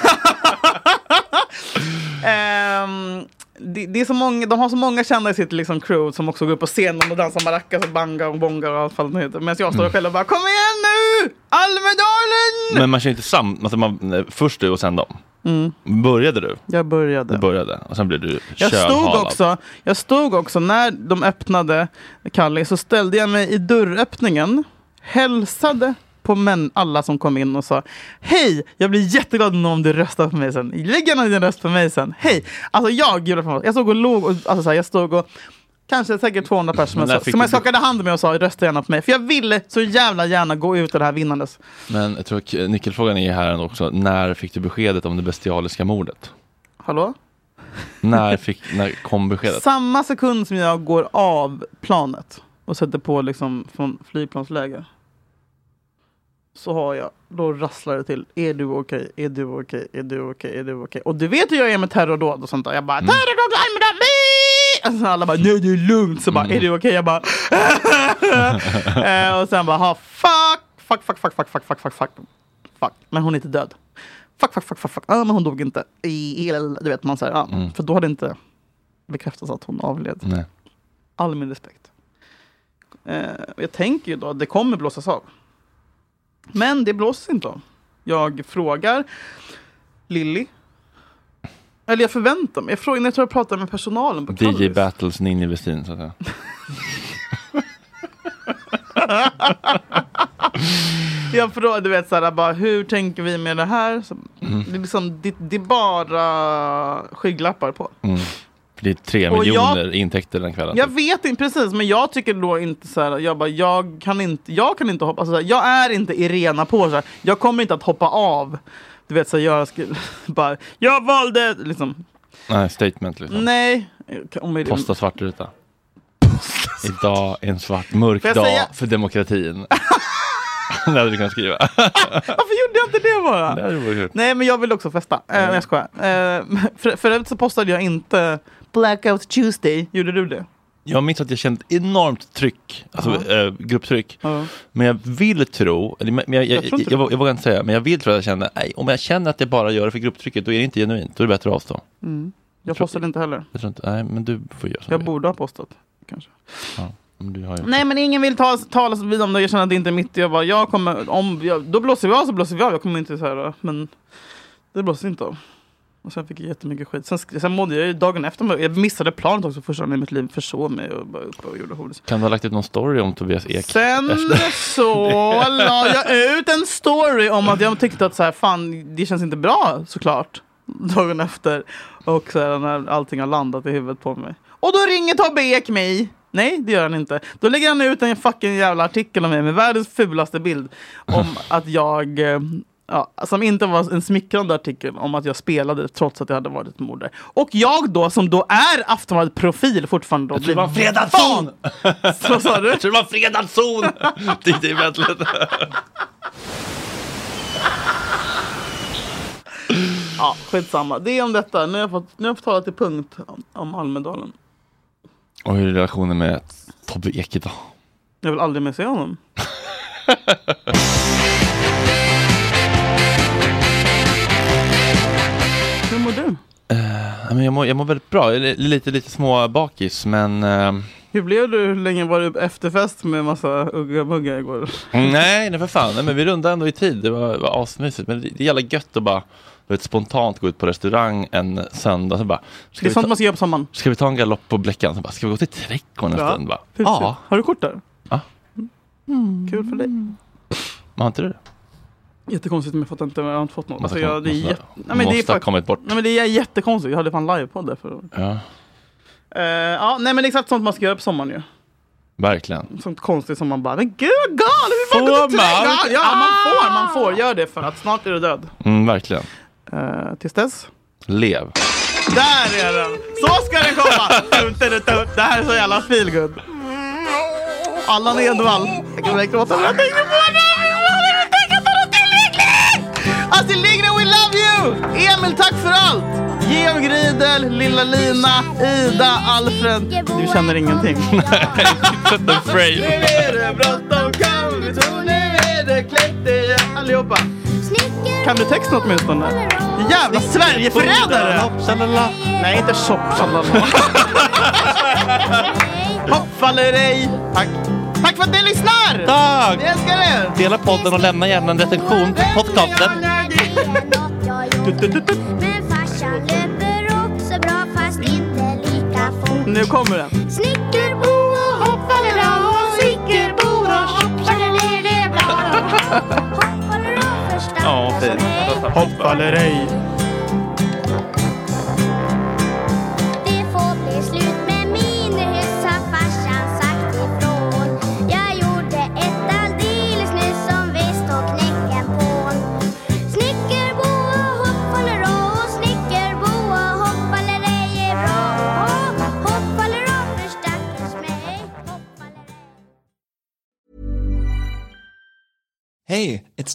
Speaker 3: Ehm, det, det är så många, de har så många kända i sitt liksom, crew som också går upp på scenen och dansar maracas och bangar och bongar och allt vad det heter. Medan jag står där
Speaker 2: Mm.
Speaker 3: själv och bara Kom igen nu! Almedalen!
Speaker 2: Men man kör inte sam... Alltså man, eh, först du och sen dem.
Speaker 3: Mm.
Speaker 2: Började du?
Speaker 3: Jag började.
Speaker 2: Du började och sen blev du
Speaker 3: Jag stod,
Speaker 2: kölhalad.
Speaker 3: också, jag stod också, när de öppnade Kalle, så ställde jag mig i dörröppningen, hälsade på män, alla som kom in och sa Hej! Jag blir jätteglad om du röstar på mig sen. Lägg gärna din röst på mig sen. Hej! Alltså jag, Julia von Roth, jag stod och låg och alltså, så här, jag stod och Kanske säkert 200
Speaker 2: Men där
Speaker 3: personer
Speaker 2: fick
Speaker 3: som jag
Speaker 2: du-
Speaker 3: skakade hand med och sa rösta gärna på mig. För jag ville så jävla gärna gå ut ur det här vinnandes.
Speaker 2: Men jag tror att nyckelfrågan är här ändå också. När fick du beskedet om det bestialiska mordet?
Speaker 3: Hallå?
Speaker 2: När, fick, när kom beskedet?
Speaker 3: Samma sekund som jag går av planet. Och och sätter på liksom från flygplansläge. Så har jag, då rasslar det till. Är du okej? Är du okej? Är du okej? Är du okej? Och du vet hur jag är med terrordåd och sånt där. Jag bara terrordåd, larm, larm, vi! Alltså alla bara nej det är lugnt. Så bara är du okej? Jag bara eh, och sen bara ha fuck, fuck, fuck, fuck, fuck, fuck, fuck, fuck, fuck, fuck. Men hon är inte död. Fuck, fuck, fuck, fuck, fuck. Ah, men hon dog inte. I, i- du vet man säger, ah,
Speaker 2: Mm.
Speaker 3: för då hade inte bekräftats att hon avled.
Speaker 2: Nej.
Speaker 3: All min respekt. Eh, jag tänker ju då att det kommer blåsas av. Men det blåses inte av. Jag frågar Lilly. Eller jag förväntar mig. Jag, frågar, när jag tror jag pratar med personalen på
Speaker 2: DJ
Speaker 3: Kallis.
Speaker 2: Battles Ninja Westin så att säga.
Speaker 3: jag frågar, du vet så här, bara, hur tänker vi med det här? Så,
Speaker 2: Mm.
Speaker 3: det, är liksom, det, det är bara skygglappar på.
Speaker 2: Mm. För det är tre
Speaker 3: Och jag-
Speaker 2: miljoner intäkter den kvällen.
Speaker 3: Jag vet inte precis, men jag tycker då inte så här, jag bara, jag kan inte, jag kan inte hoppa, alltså, så här, jag är inte Irena på så här, jag kommer inte att hoppa av. Du vet så här, jag skulle bara, jag valde, liksom,
Speaker 2: Nej, statement liksom.
Speaker 3: nej. Om jag,
Speaker 2: Posta svartruta. Idag är en svart, mörk
Speaker 3: Får
Speaker 2: dag
Speaker 3: jag säga-
Speaker 2: för demokratin. det hade du kunnat skriva.
Speaker 3: varför gjorde jag inte det bara?
Speaker 2: det hade du varit
Speaker 3: Nej men jag vill också festa. Eh,
Speaker 2: Mm.
Speaker 3: nej, jag skojar. Eh, för, för övrigt så postade jag inte Blackout Tuesday. Gjorde du det?
Speaker 2: Jag minns att jag kände ett enormt tryck, alltså eh, grupptryck. Men jag vill tro, eller, men jag, jag,
Speaker 3: Jag tror
Speaker 2: jag,
Speaker 3: inte
Speaker 2: jag, vå- jag vågar inte säga, men jag vill tro att jag kände, nej, om jag känner att jag bara gör det för grupptrycket, då är det inte genuint, då är det bättre att avstå.
Speaker 3: Mm. Jag postade inte heller.
Speaker 2: Jag tror inte, nej, men du får göra så.
Speaker 3: Jag borde ha postat. Kanske.
Speaker 2: Ja, men du har ju...
Speaker 3: Nej men ingen vill ta, tala så vid om det. Jag känner att det inte är mitt. Jag bara, jag kommer, om, jag, då blåser vi av så blåser vi av. Jag kommer inte så här, men det blåser inte av. Och sen fick jag jättemycket skit. Sen, sk- sen mådde jag ju dagen efter. Jag missade planet också första gången i mitt liv. Försov mig och bara upp och gjorde horor.
Speaker 2: Kan du ha lagt ut någon story om Tobias Ek?
Speaker 3: Sen så la jag ut en story om att jag tyckte att så här, fan, det känns inte bra såklart. Dagen efter. Och så här, när allting har landat i huvudet på mig. Och då ringer Tobbe Ek mig. Nej, det gör han inte. Då lägger han ut en fucking jävla artikel om mig med världens fulaste bild. Om att jag, eh, ja, som inte var en smickrande artikel, om att jag spelade trots att jag hade varit mördare. Och jag då, som då är Aftonbladet-profil fortfarande. Då, jag
Speaker 2: tror det var en fredad zon!
Speaker 3: Vad sa du?
Speaker 2: Jag tror det var fredad zon! DJ Battlet.
Speaker 3: Ja, skitsamma. Det är om detta. Nu har jag fått, nu har jag fått tala till punkt om, om Almedalen.
Speaker 2: Och hur är relationen med Tobbe Ek idag?
Speaker 3: Jag vill aldrig mer se honom. Hur mår du?
Speaker 2: Eh, men jag, mår, jag mår väldigt bra, jag är lite, lite småbakis, men eh,
Speaker 3: Hur blev du? Hur länge var du på efterfest med massa ugga-mugga igår?
Speaker 2: Nej, nej för fan. Nej, men vi rundade ändå i tid. Det var, var asmysigt. Men det, det är jävla gött att bara du vet, spontant gå ut på restaurang en söndag. Så bara,
Speaker 3: Det är
Speaker 2: vi
Speaker 3: sånt
Speaker 2: ta-
Speaker 3: man ska göra på sommaren.
Speaker 2: Ska vi ta en galopp på Bleckan? Så bara, ska vi gå till trädgården en
Speaker 3: Ja,
Speaker 2: stund? Bara,
Speaker 3: precis.
Speaker 2: ja,
Speaker 3: Har du kort där? Mm.
Speaker 2: Ja.
Speaker 3: Kul för dig.
Speaker 2: men har inte du det?
Speaker 3: Jättekonstigt men jag, fattar inte, jag har inte fått något.
Speaker 2: Måste
Speaker 3: Alltså,
Speaker 2: ha-
Speaker 3: jag, det är
Speaker 2: måste ha-
Speaker 3: jätte... Nej, men det är
Speaker 2: måste ha
Speaker 3: fakt-
Speaker 2: kommit bort.
Speaker 3: Nej men det är jättekonstigt. Jag hade fan livepodd där förra året.
Speaker 2: Ja,
Speaker 3: Eh, ja, nej men det är exakt sånt man ska göra på sommaren ju.
Speaker 2: verligen.
Speaker 3: Sånt konstigt som man bara, men gud vad galet! Vi får
Speaker 2: Får
Speaker 3: gå till
Speaker 2: man?
Speaker 3: trädgården! Ja, man får, man får. Gör det för att snart är du död.
Speaker 2: Mm, verkligen.
Speaker 3: Uh, tills dess.
Speaker 2: Lev.
Speaker 3: Där är den! Så ska den komma! Tut, tut, tut. Det här är så jävla feelgood. Allan Edwall. Jag kan börja gråta när jag tänker på det. Jag tänker på det tillräckligt! Astrid Lindgren, we love you! Emil, tack för allt! Georg Riedel, Lilla Lina, Ida, Alfred. Du känner ingenting.
Speaker 2: The
Speaker 3: Nu
Speaker 2: frame.
Speaker 3: är det bråttom, kan vi tro. Nu är det kläckt igen. Allihopa. Kan du texten åtminstone? Jävla Sverigeförrädare! Nej, inte tjoppsalala. Hoppfallerej! Tack! Tack för att ni lyssnar!
Speaker 2: Tack!
Speaker 3: Vi älskar er!
Speaker 2: Dela podden och lämna gärna en recension på podcasten.
Speaker 6: Men farsan löper också bra fast inte lika fort.
Speaker 3: Nu kommer den.
Speaker 6: Snickerbo och hoppalera och snickerbo och hoppalera det är bra.
Speaker 3: Ja, fint. Hoppfallerej!
Speaker 6: Det får bli slut med min hyfs har farsan sagt ifrån. Jag gjorde ett alldeles nyss som visst och knäcken på. Snickerbo och hoppalera och snickerbo och hoppalera är bra. Hoppalera för stackars mig.
Speaker 1: Hey, it's